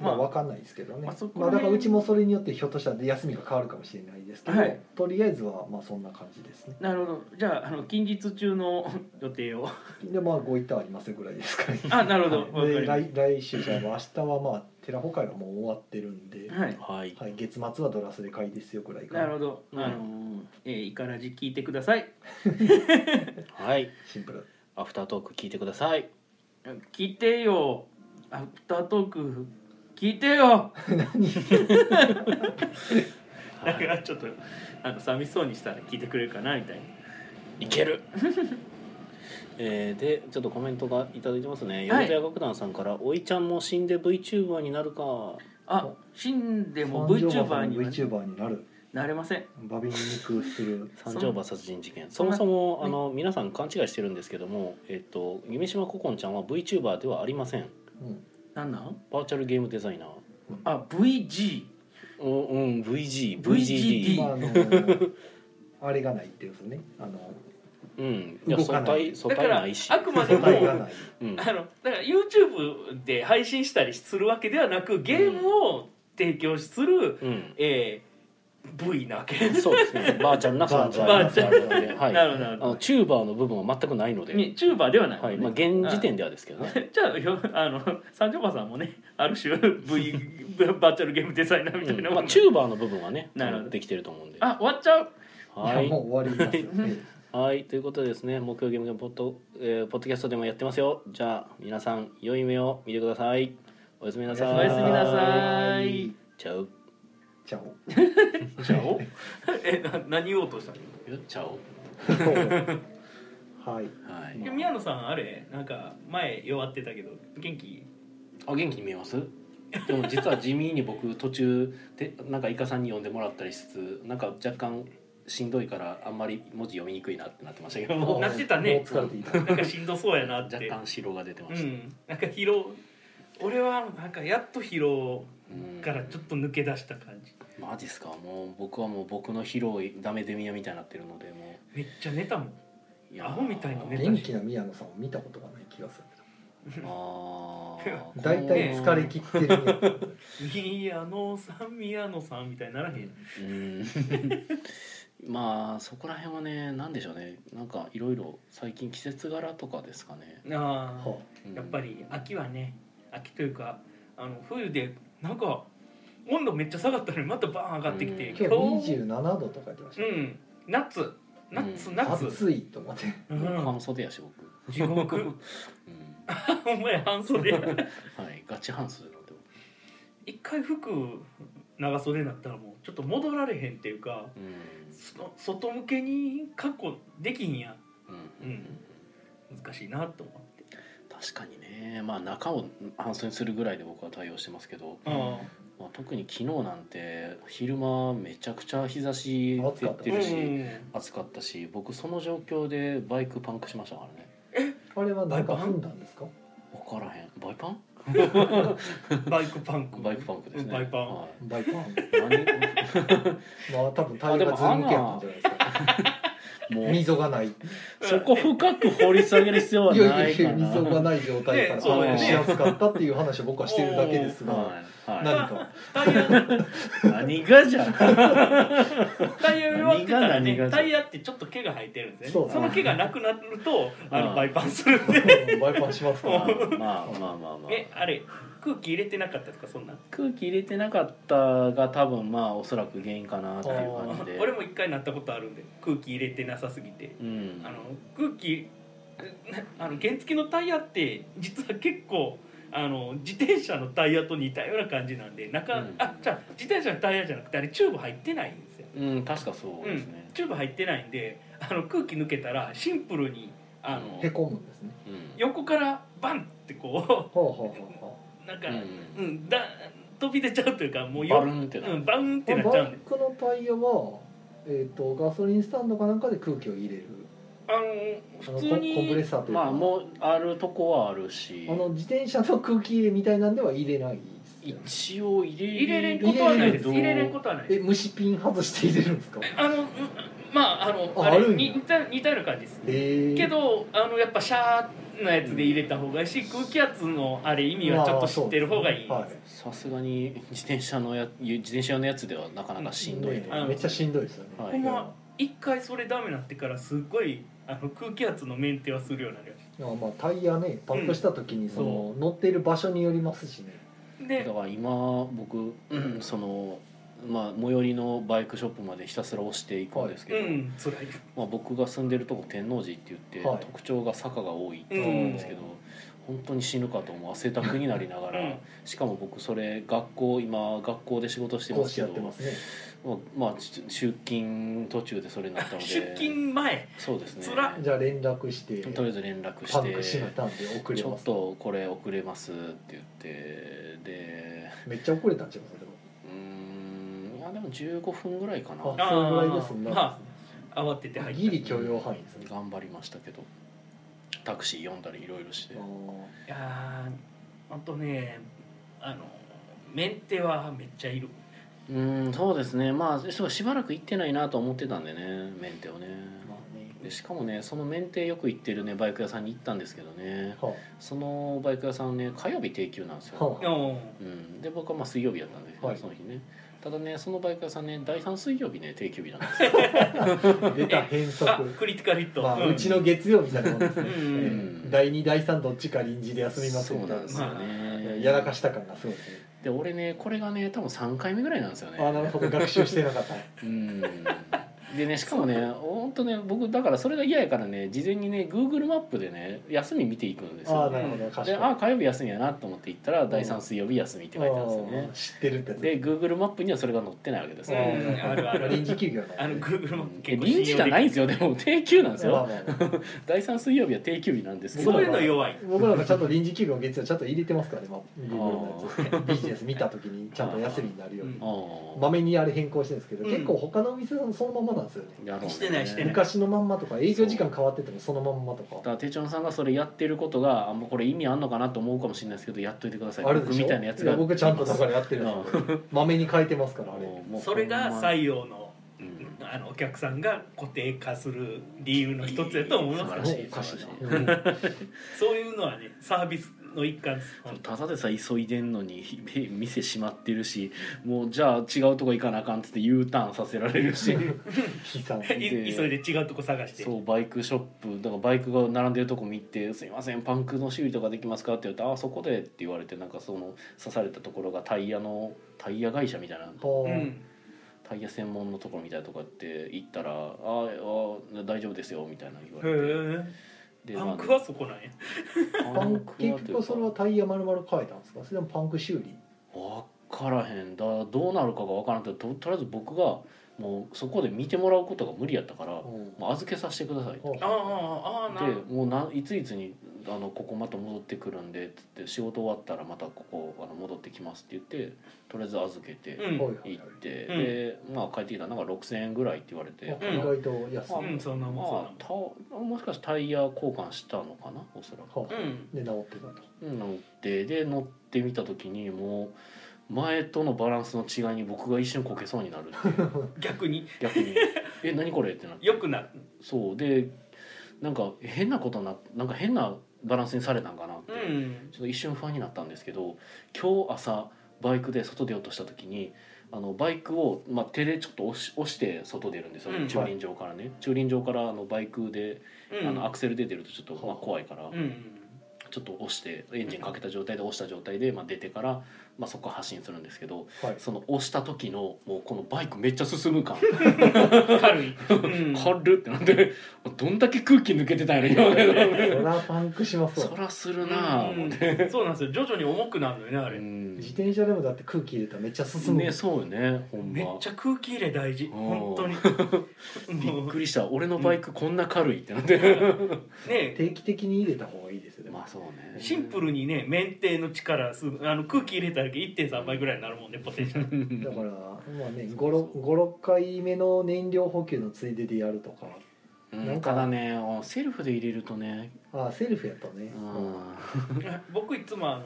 ままああわかんないですけどね、ままああそこらだか辺らうちもそれによってひょっとしたら休みが変わるかもしれないですけど、はいとりあえずはまあそんな感じですねなるほどじゃああの近日中の予定をでまあご一旦ありますぐらいですかねあなるほどわかでりまし来来週じゃあ明日はまあ寺保会がもう終わってるんで、たはいはいはい、月末はドラスで会ですよぐらいかななるほど、あのーえー、イカラジ聞いてくださいはいシンプルアフタートーク聞いてください聞いてよアフタートーク聞いてよだからちょっとあの寂しそうにしたら聞いてくれるかなみたいないけるえーでちょっとコメントがいただいてますねは米い田屋楽団さんから「おいちゃんも死んで VTuber になるかあ死んでも三条 VTuber 馬さんにのは VTuber になるなれませんバビに肉 する三条馬殺人事件」そそんもなそもあの皆さん勘違いしてるんですけども、えっと夢島ここんちゃんは VTuber ではありませんうんなんなんバーチャルゲームデザイナーあ VG おうん VG VGD VGD まあ あのあれがないっていうんですねあのうんいや動素かない体素だか体らないしあくまで素も体がないうんあのだから YouTube で配信したりするわけではなくゲームを提供する、うんえー、V なわけそうですねバーチャルな存在バーチャルなのではいなるほどなるあのチューバーの部分は全くないので、ねチューバーではない、はいまあ、現時点ではですけどね あじゃあよあの三条馬さんもねある 種 V バーチャルゲームデザイナーみたいなうもんまんあ、でチューバーの部分はねなるほどできてると思うんで。あ終わっちゃうはいやもいう終わりますよねはいということでですね木曜ゲームポッド、えーポッドキャストでもやってますよじゃあ皆さん良い目を見てくださいおやすみなさ いおやすみなさいちゃう ちゃおちゃお えな何言おうとしたのよちゃおはいはいいや宮野さんあれなんか前弱ってたけど 元気あ元気に見えますでも実は地味に僕途中でなんかイカさんに読んでもらったりしつつなんか若干しんどいからあんまり文字読みにくいなってなってましたけどもなってたねもう疲れていたなんかしんどそうやな っ若て干白が出てまうした、んなんか疲労俺はなんかやっと疲労うんからちょっと抜け出した感じマジっすかもう僕はもう僕の広いダメデミアみたいになってるのでもめっちゃ寝たもんういやーアホみたいにね元気な宮野さんを見たことがない気がするあーだいたい疲れ切ってる宮野 さん宮野さん宮野さんみたいにならへんうん まあそこら辺はねなんでしょうねなんかいろいろ最近季節柄とかですかね、ああはうんやっぱり秋はね秋というかあの冬でなんか温度めっちゃ下がったのにまたバーン上がってきて、うん今日27度とか言ってましうん夏夏うんた夏、暑いと思ってうん半袖やし僕、地 獄うお前半袖やん、はいガチ半袖なんで僕一回服長袖になったらもうちょっと戻られへんっていうかうんそ外向けに確保できひんやうんうん難しいなと思って確かにねまあ中を半袖にするぐらいで僕は対応してますけど、あまあ、特に昨日なんて昼間めちゃくちゃ日差し出てうるし、ん暑かったし僕その状況でバイクパンクしましたからねあれは何か踏んだんですか分からへんバイパンバイクパンクバイクパンクですねバイパンはいバイパン何まあ多分タイヤがずり向けやったんじゃないですかもう溝がないい そこ深く掘り下げる必要はやいやないいかやな溝がない状態からねそうだよねしやすかったっていう話を僕はしてるだけですがはいはい何かタイヤ何がじゃんタイヤ弱ってた何がら何がねタイヤってちょっと毛が生えてるんですそようねその毛がなくなるとあうんのバイパンするんでバイパンしま すからまあまあまあま えああれ空気入れてなかったとかそんなん空気入れてなかったが多分まあおそらく原因かなっていう感じで俺も一回なったことあるんで空気入れてなさすぎてうんあの空気あの原付のタイヤって実は結構あの自転車のタイヤと似たような感じなんで中、うんあじゃあ自転車のタイヤじゃなくてあれチューブ入ってないんですよ、うん確かそううでんすね、チューブ入ってないんであの空気抜けたらシンプルにあのへこむんですねうん横からバンってほこうほうほうほうなんか、ううんだ飛び出ちゃうというかもうバよルーンってなうん、バンっうこてなのっちゃバうんイでクのタイヤはえっとガソリンスタンドかなんかで空気を入れるああのの普通ココンプレッにサーというまあかもうあるとこはあるしあの自転車の空気入れみたいなんでは入れないです一よね応入れ入れれんることはないですけど入れれんことはないですえ虫ピン外して入れるんですかあのうんまああのああれあるんやに似た似たような感じですえー、けどあのやっぱシャーなやつで入れた方がいいし空気圧のあれ意味はちょっと知ってる方がいい、まあそうさですがに自転車のや自転車用のやつではなかなかしんどい、ねめっちゃしんどいですよね、はほんい、ま一回それダメになってからすっごいあの空気圧のメンテはするようになるよまあまあタイヤねパッとした時にそのそ乗っている場所によりますしねだでから今僕、うんそのまあ最寄りのバイクショップまでひたすら押していくんですけうど、ん辛いまあ、僕が住んでるとこ天王寺って言って、はい特徴が坂が多いって思うんですけど、本当に死ぬかと思う汗だくになりながら、うんしかも僕それ学校今学校で仕事してま講す師けやどってますねまあ、ち出勤途中でそれになったので 出勤前そうですねつらじゃあ連絡してとりあえず連絡パンクして閉めたんで遅れちょまっすとこれ遅れますって言ってでめっちゃ遅れたんちゃいますうーんいやでも15分ぐらいかなそれあそれぐらいですんだ、まあ慌てて入ったギリ許容範囲ですね、頑張りましたけどタクシー呼んだりいろいろしてあいやーあとねあのメンテはめっちゃいるうーんそうですねまあそうしばらく行ってないなと思ってたんでねメンテをねーまあねでしかもねそのメンテよく行ってるねバイク屋さんに行ったんですけどねはそのバイク屋さんね火曜日定休なんですよ、あはあおうん、で僕はまあ水曜日だったんですけど、はいその日ねただねそのバイク屋さんね第3水曜日ね定休日なんですよ出た変則あクリティカルヒット、まあ、うんうちの月曜みたいなもんですね、うんえー第2第3どっちか臨時で休みますそうみなたいんなですよね、えーやらかした感がすごいですねで俺ねこれがね多分3回目ぐらいなんですよねああなるほど学習してなかったうんでねしかもね本当ね僕だからそれが嫌やからね事前にね Google マップでね休み見ていくんですああよ、なね、るほど賢でいあ火曜日休みやなと思って行ったらん第3水曜日休みって書いてあるんですよねあー知ってるってやつで Google マップにはそれが載ってないわけですうよ、あんあるある臨時休業なんであの Google マップ結構臨時じゃないんですよよでも定休なんですまあよまあまあ第3水曜日は定休日なんですけどそういうの弱い僕らがちゃんと臨時休業月曜ちゃんと入れてますからね、まあ、Google のやつビジネス見た時にちゃんと休みになるようにうんあまめにあれ変更してるんですけど、うん結構他のお店さんそのままなんですよねーやろうねしてないしてない昔のまんまとか営業時間変わっててもそのまんまとだかから手帳さんがそれやってることがあんまこれ意味あんのかなと思うかもしれないですけどやっといてくださいあるで僕しょみたいなやつがや僕ちゃんとだからやってるんですよまめに変えてますからあれもうもうそれが採用のうんあのお客さんが固定化する理由の一つやと思いますから素晴らしいねおかしいな、素うんそういうのはねサービスの一環ですただでさえ急いでんのにへ店閉まってるしもうじゃあ違うとこ行かなあかんっつって U ターンさせられる し悲惨い急いで違うとこ探してそうバイクショップだからバイクが並んでるとこ見て「すいませんパンクの修理とかできますか?」って言うと「ああそこで」って言われてなんかその刺されたところがタイヤのタイヤ会社みたいなほううんタイヤ専門のところみたいなとこやって行ったら「あーあー大丈夫ですよ」みたいな言わへれて。えでパンクまあはそこなんやパンパクというか結局それはタイヤ丸々変えたんですかそれでもパンク修理分からへんだどうなるかが分からんけどととりあえず僕がもうそこで見てもらうことが無理やったからうもんう預けさせてくださいとああああなるほでもうないついつにあのここまた戻ってくるんでっつって仕事終わったらまたここあの戻ってきますって言ってとりあえず預けてどうんはいはい行って、うでんまあ帰ってきたらなんか6,000円ぐらいって言われて、あ意外と安い、うんうんそんなもんまあそたもしかしたらタイヤ交換したのかなおそらく。はんなもいで治っんうんてたと乗ってで乗ってみた時にもう前とのバランスの違いに僕が一瞬こけそうになるっ ていう逆に逆に「え何これ?」ってなって良くなるそうでなんか変なことななんか変なバランスにされたんかなって、うんちょっと一瞬不安になったんですけど今日朝バイクで外出ようとした時にあのバイクを、まあ、手でちょっと押し押して外出るんですよ、うん駐輪場からね駐輪場からあのバイクで、うんあのアクセルで出るとちょっと、まあ、怖いから、うんちょっと押してエンジンかけた状態で押した状態で、まあ、出てから、まあ、そこから発進するんですけどはいその押した時のもうこのバイクめっちゃ進む感軽いうん軽っってなってどんだけ空気抜けてたんやろ今までそらパンクしますわそらするなあ思ってうんそうなんですよ徐々に重くなるのよねあれうん自転車でもだって空気入れたらめっちゃ進む、ねそうよねほんめっまちゃ空気入れ大事ん本当に びっもうくりした俺のバイクこんな軽いってなって、ね定期的に入れた方がいいですよね、まあそうねシンプルにね免停の力すあの空気入れただけ1.3倍ぐらいになるもんねポテンシャ ルだからまあね56回目の燃料補給のついででやるとかうんなんかただねセルフで入れるとねあセルフやったねうんは僕いつもあの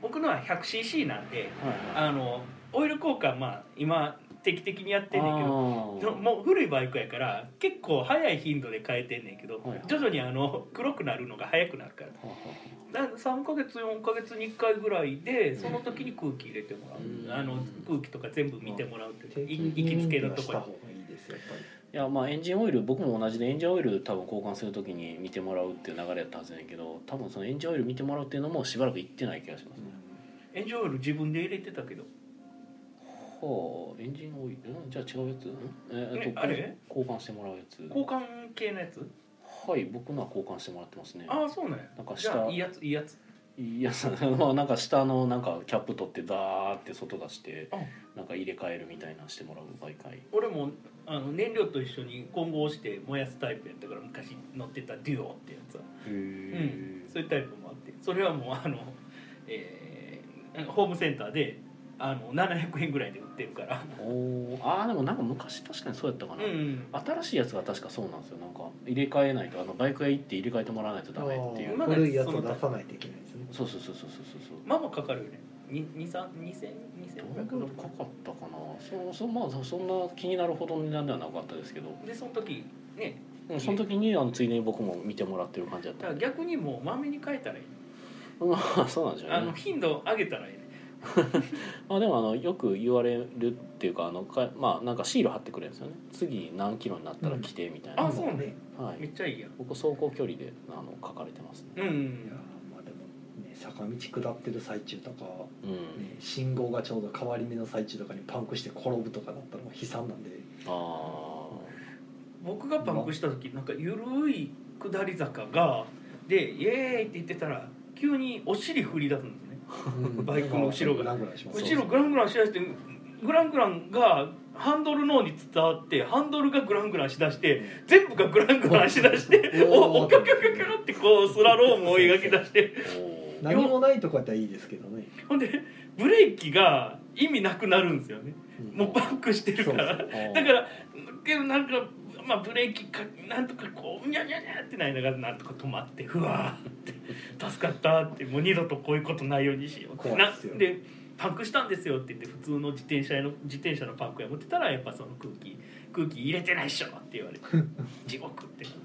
僕のは 100cc なんでいはいあのオイル交換まあ今定期的にやってんねんけどどもう古いバイクやから結構早い頻度で変えてんねんけど、はいはい徐々にあの黒くなるのが早くなるからだから3ヶ月4ヶ月に1回ぐらいでその時に空気入れてもらう、うんあの空気とか全部見てもらうって定い期う的行にきつけ見のはとしこたろ方がいいですよやっぱりいやまあエンジンオイル僕も同じでエンジンオイル多分交換する時に見てもらうっていう流れやったはずやねんけど多分そのエンジンオイル見てもらうっていうのもしばらく行ってない気がしますね、エンジンオイル自分で入れてたけどはあエンジンオイルんじゃあ違うやつ、えーねあれ交換してもらうやつ交換系のやつはい僕のは交換してもらってますねああそうなんやなんかじゃ下あいいやついいやついやさまあなんか下のなんかキャップ取ってダーって外出してあなんか入れ替えるみたいなのしてもらう毎回俺もあの燃料と一緒に混合して燃やすタイプやったから昔乗ってたデュオってやつはうん、そういうタイプもあってそれはもうあの、えーなんかホームセンターであの700円ぐらいで売ってるからおーあーでもなんか昔確かにそうやったかうな、ん、新しいやつが確かそうなんですよなんか入れ替えないとあのバイク屋行って入れ替えてもらわないとダメっていうあー古いやつを出さないといけないですねそうそうそうそうそうそうまあまあかかるよねそうどれ232000くらいかかったかなそそ,、まあ、そそんな気になるほどの値段ではなかったですけどでその時ねうんその時にあのついでに僕も見てもらってる感じだっだたから逆にもうまめに変えたらいい、まあそうなんじゃ なあいの頻度上げたらいい、ね、まあでもあのよく言われるっていうかあのかまあなんかシール貼ってくれるんですよね次何キロになったら来てみたいな、あそうねはめいっちゃいいやん僕走行距離であの書かれてますねういん、やーまあでもね坂道下ってる最中とか、うんね、信号がちょうど変わり目の最中とかにパンクして転ぶとかだったらもう悲惨なんであ僕がパンクした時なんかゆるい下り坂がでイエーイって言ってたら急にお尻振り出すんですねバイクの後ろがグラングランします後ろグラングランしだしてグラングランがハンドル脳に伝わってハンドルがグラングランしだして全部がグラングランしだしておおキョキョキョキョってこうスラロームを描き出してあおー何もないとこやったらいいですけどねほんでブレーキが意味なくなるんですよねもうパンクしてるからだからけどなんか、まあ、ブレーキかなんとかこうニャニャニャってなりながらなんとか止まってうわーって助かったってもう二度とこういうことないようにしようって怖いっすよなでパンクしたんですよって言って普通の自転車の自転車のパンクや持ってたらやっぱその空気空気入れてないっしょって言わ れて地獄って。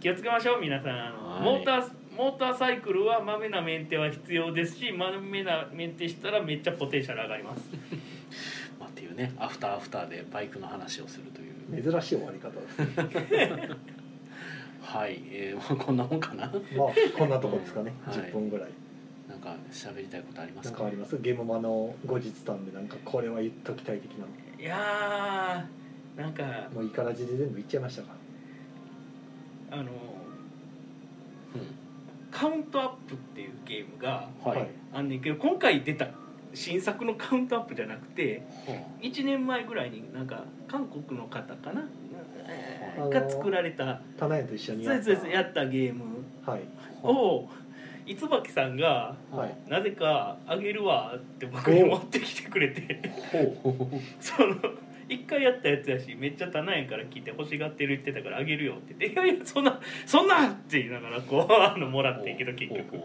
気をつけましょう皆さんあの、はいモーターモーターサイクルはまめなメンテは必要ですしまめなメンテしたらめっちゃポテンシャル上がりますまあっていうねアフターアフターでバイクの話をするという、珍しい終わり方ですねはい、えー、 まあこんなもんかなまあこんなとこですかねはい10分ぐらいなんか喋りたいことありまなすんかかありますゲームマの後日談でなんかこれは言っときたい的ないやーなんかもういからじで全部言っちゃいましたかあのうんカウントアップっていうゲームがはい、はいあんねんけど今回出た新作のカウントアップじゃなくては1年前ぐらいになんか韓国の方かな、えーあのーが作られた棚屋と一緒にそうですそうですやったゲームはいを椿さんがはいなぜか「あげるわ」って僕に持ってきてくれてほその。一回やったやつやしめっちゃ棚やから聞いて欲しがってる言ってたからあげるよって言って「いやいやそんなそんな!」って言いながらこうあのもらってんけど結局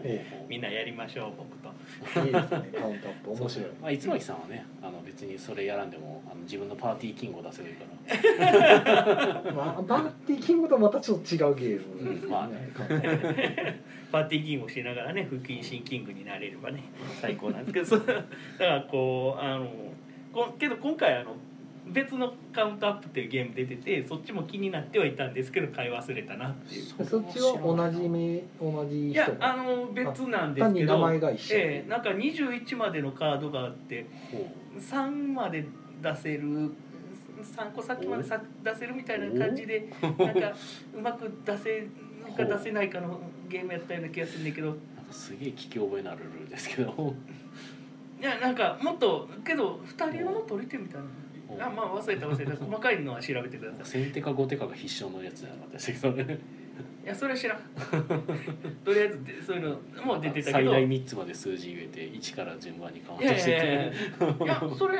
みんなやりましょう僕といいですねカウントアップ面白いまあ、いつまきさんはねあの別にそれやらんでもあの自分のパーティーキングを出せばいいからまあバッティキングとまたちょっと違うゲームうですねんまあねパーティーキングをしながらね腹筋シンキングになれればね最高なんですけどそうだからこうあのこけど今回あの別のカウントアップっていうゲーム出ててそっちも気になってはいたんですけど買い忘れたなっていう そっちは同じ名同じいや人あの別なんです単けに名ど前が一緒、ええなんか21までのカードがあってほ3まで出せる3個先までさ出せるみたいな感じでなんかうまく出せなんか出せないかのゲームやったような気がするんだけどうなんかすげえ聞き覚えのあるルールですけどほいやなんかもっとけど2人用の取り手みたいなあまあ忘れた忘れた細かいのは調べてくださ うい先手か後手かが必勝のやつじゃなかったですけどねいやそれは知らんとりあえずでそういうのもう出てたけ最ど大い 3つまで数字入れて1から順番にカウントやしいていやいやくいやそれ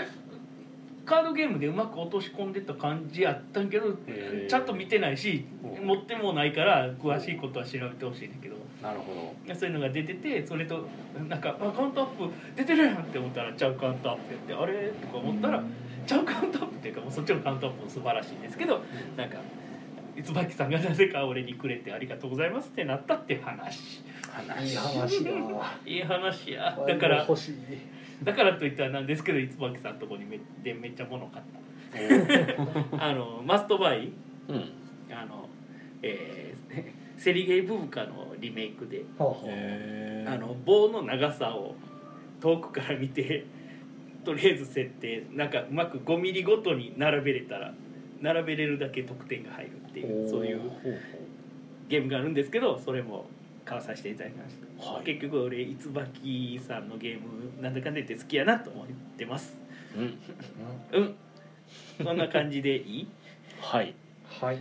カードゲームでうまく落とし込んでった感じやったんけどへーちゃんと見てないしうん持ってもないから詳しいことは調べてほしいんだけどなるほそういうのが出ててそれとなんかあカウントアップ出てるやんって思ったらちゃうカウントアップやってあれとか思ったらちゃうカウントアップっていうかもうそっちのカウントアップも素晴らしいんですけどなんか椿さんがなぜか俺にくれてありがとうございますってなったって話どいい話話だいい話やだから欲しいだからといったらなんですけど椿さんのとこにめでめっちゃ物買った。あのマストバイうんあの、えー セリゲイブブカのリメイクで、はあはへあの棒の長さを遠くから見て とりあえず設定なんかうまく5ミリごとに並べれたら並べれるだけ得点が入るっていうそういうゲームがあるんですけどそれも買わさせていただきました、はい結局俺いつばきさんのゲームなんだかんだ言って好きやなと思ってますうんうんそんな感じ でいいはいあはい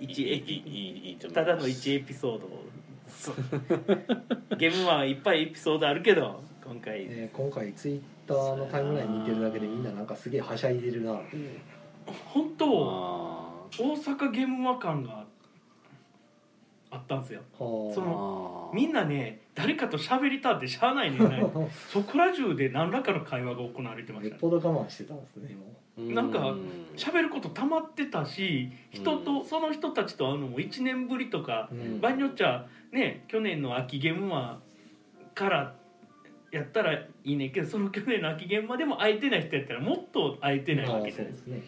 一いいエピいいいいと思いまたすだの1エピソード をゲームはいっぱいエピソードあるけど今回、ね今回ツイッターのタイムライン見てるだけでみんななんかすげえはしゃいでるな本当あ大阪ゲームマ感があったんですよそはのーみんなね誰かと喋りたってしゃあないねんなそこら中で何らかの会話が行われてあまよしったぽど我慢してたんですねもななんか喋ること溜まってたし人と、その人たちと会うのも1年ぶりとかう、うん場合によっちゃね去年の秋ゲームマからやったらいいねんけどその去年の秋ゲームマでも会えてない人やったらもっと会えてないああわそうけでじゃないですすねか。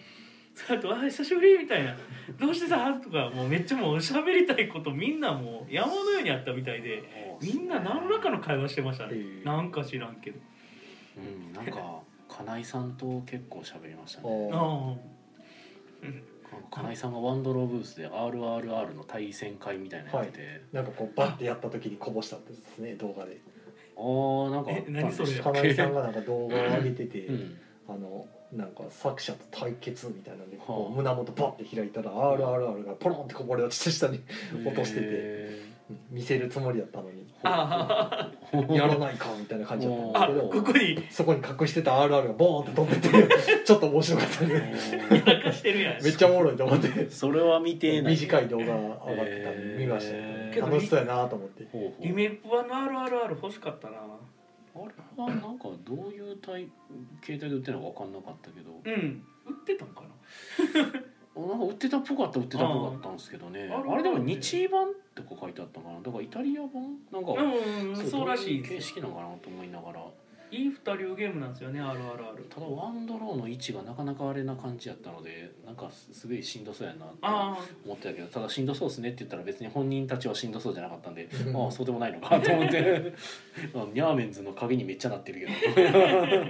あと「あ久しぶり」みたいな「どうしてさ?」とかもうめっちゃもう喋りたいことみんなもう山のようにあったみたいでみんな何らかの会話してましたね。ええなんか知らんけど。うんなんか金井さんと結構喋りましたねあああ金井さんがワンドローブースで RRR の対戦会みたいなのやってて、なんかこうバッてやった時にこぼしたんですね動画であーなんかあったんでしえ何それたっけ金井さんがなんか動画を上げてて、うんあのなんか作者と対決みたいなんで、はこあう胸元バッて開いたら「RRR」がポロンってこぼれ落ちて下に 落としててへ見せるつもりだった のにーあほうやらないかみたいな感じだっあたあんですけこどこにそこに隠してた RR がボーンって飛んでて ちょっと面白かった んでほなんかしてる やん。めっちゃおもろいと思ってうそれは見てない短い動画上がってたんで見ましたへねー楽しそうやなと思ってほうほうリメイク版の RRR 欲しかったな。あれはなんかどういう体携帯で売ってるのか分かんなかったけどうん。売ってたんかな。なんか売ってたっぽかった売ってたっぽかったんですけどねああーれでも日版とか書いてあったかなだからイタリア版なんかうんうん、そうらしいどううで形す式なのかなと思いながらいい二流ゲームなんですよね RRR ただワンドローの位置がなかなかあれな感じやったのでなんかすすごいしんどそうやなってあ思ってたけどただしんどそうですねって言ったら別に本人たちはしんどそうじゃなかったんで、うんああそうでもないのかと思って あニャーメンズの鍵にめっちゃなってるけど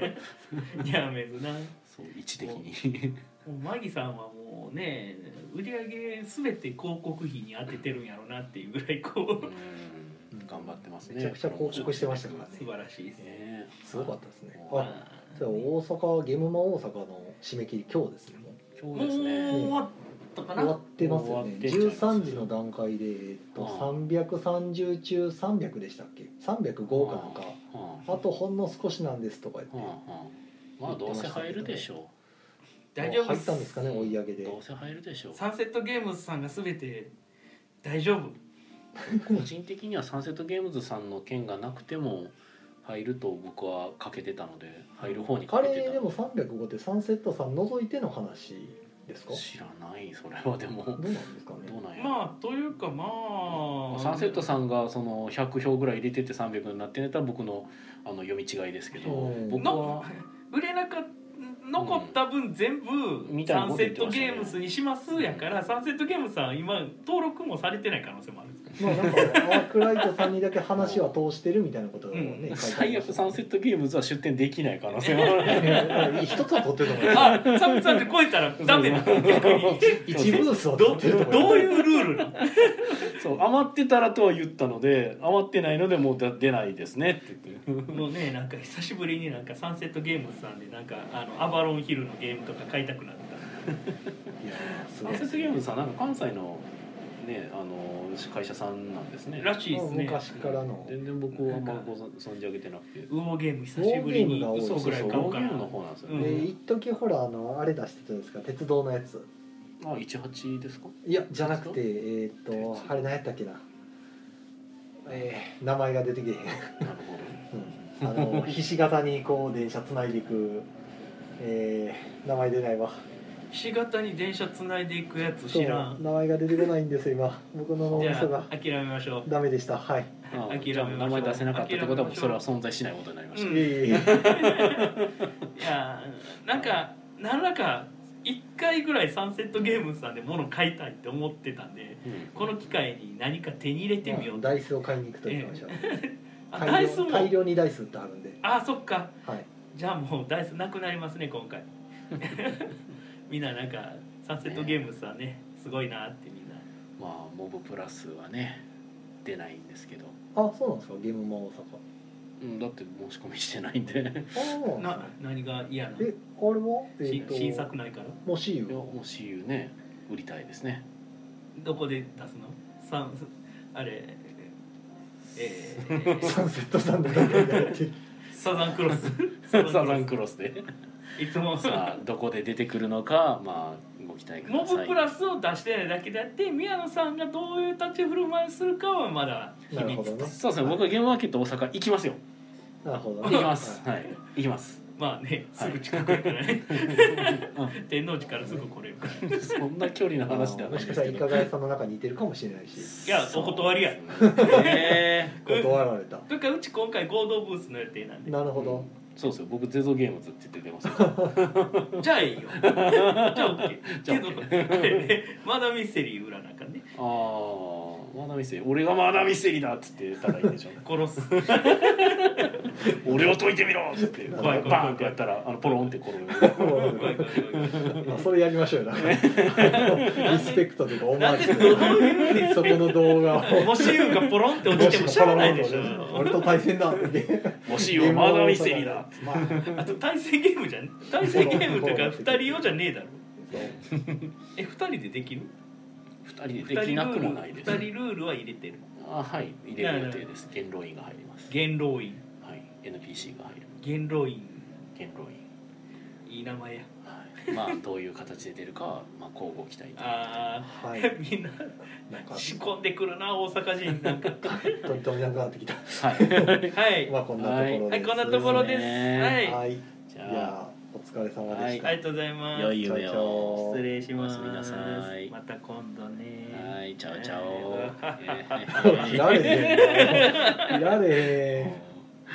あいやめずなもそう位置的にうマギさんはもうね売り上げすべて広告費に当ててるんやろうなっていうぐらいこううん頑張ってますねめちゃくちゃ広告してましたから素ね晴らしいですねねすごかったですねうんあそう大阪ゲームマ大阪の締め切り今日ですね今も日うですね終わったか終わなってますよね終わってんじゃないですか13時の段階で、えっと、ああ330中300でしたっけ305かなんかはあとほんの少しなんですとか言あっはてあはあまあどうせ入るでしょ大丈夫入ったんですかね追い上げうでどうせ入るでしょうサンセットゲームズさんがすべて大丈夫個人的にはサンセットゲームズさんの件がなくても入ると僕はかけてたので入る方にかあけてれたでも305ってサンセットさん除いての話ですか知らないそれはでもどうなんですかねどうなんや、まあというかまあサンセットさんがその100票ぐらい入れてて300になってんやったら僕のあの読み違いですけどうん僕のは売れなかっ残った分全部うんみたいサなこンとセ言っッてトましたねゲームスにしますやからサンセットゲームさん今登録もされてない可能性もあるまあなんかアークライトさんにだけ話は通してるみたいなことをね、書いて最ありま悪したサンセットゲームズは出店できない可能性もあるいや一つは取ってると思います あ、サブさんって超えたら ダメなの 逆に一ブース は取どってると思いますどういうルールなのそう余ってたらとは言ったので余ってないのでもう出出ないですねって言ってもうねなんか久しぶりになんかサンセットゲームズさんでなんかあのアバロンヒルのゲームとか買いたくなったいやーすごサいンセットゲームズさんなんか関西のねあの会社さんなんですねらしいですね昔からの全然僕はあんまご存じ上げてなくてウーゲーム久しぶりウォーゲームにが多い嘘ぐらい買おうかなそうそうの方なんですようんね、で一時ほらあのあれ出してたじゃないですか鉄道のやつあ18です かいやじゃなくてえーっ鉄と道あれ何やったっけなえー名前が出てけへんなるうんあ のひし形にこう電車つないでいく、えー名前出ないわひし形に電車つないでいくやつ知らそうん名前が出てこないんです今僕の脳じみそゃがあ諦めましょうダメでしたはい、ほど諦めましょうじゃあ名前出せなかったってことは諦めましょうそれは存在しないことになりましうた、んいえいえいやなんか何らか1回ぐらいサンセットゲームズさんで物買いたいって思ってたんでうんこの機会に何か手に入れてみようとダイスを買いに行くと言ってました、大あ量ダイスも大量にダイス売ってはるんであそっかはいじゃあもうダイスなくなりますね 今回みんななんかサンセットゲームズさんねすごいなってみんなまあモブプラスはね出ないんですけど、あそうなんですかゲームマ大うん、だって申し込みしてないん でいや阪ああな何が嫌なのえあれは、え新ーと新作ないからもう C よもし言うね売りたいですねどこで出すのサンあれえ ーサンセットさんの中でやってるサザンクロスサザンクロスでいつもさあどこで出てくるのかまあご期待くモださいブプラスを出してないだけであって宮野さんがどういう立ち振る舞いするかはまだ 秘なる密ほどねそうですね僕はゲームマーケット大阪行きますよなるほど行ねきますはい行きますまあねはすいぐ近くやから ね、天王寺からすぐ来れるからそんな距離の話ではもないしですかしたらけイどカガヤさんの中にいてるかもしれないしいやお断りやそうですねね断られたというかうち今回合同ブースの予定なんでなるほど、そうですよ僕ゼゾゲームズって言って出ますよじゃあい いよじゃあ OK じゃあけどこれね まだミステリー裏なんかねああマダミステリー俺がマダミステリーだっつって叩いて ちょ殺す俺を解いてみろっつってバ怖い怖い怖いーンってやったらあのポロンって転ぶ怖い怖い怖い怖い まあ、それやりましょうよだ からリスペクトとかオマージなんでどうュとかそこの動画をもし運がポロンって落ちてもしゃあないでしょ俺と対戦だってもしよマダミステリーだっつってまああと対戦ゲームじゃん対戦ゲームとか2人用じゃねえだろそうえ2人でできる二人でできなくもないです2人ルールは入れてるあはい入れる予定です元老院が入ります元老院はい NPC が入る元老院元老院いい名前やはい まあどういう形で出るかはまあ交互期待とあはいー みんななんか仕込んでくるな大阪人なんか取り留めなくなってきたはいはいまあこんなところはでいすこんなところですねはいはいいじゃあやーお疲れ様でしあたりがとうございます良い夢チャオチャをオ失礼しますおやすみなさいまた今度ね はいチャオチャオはいえーいられへんいられへん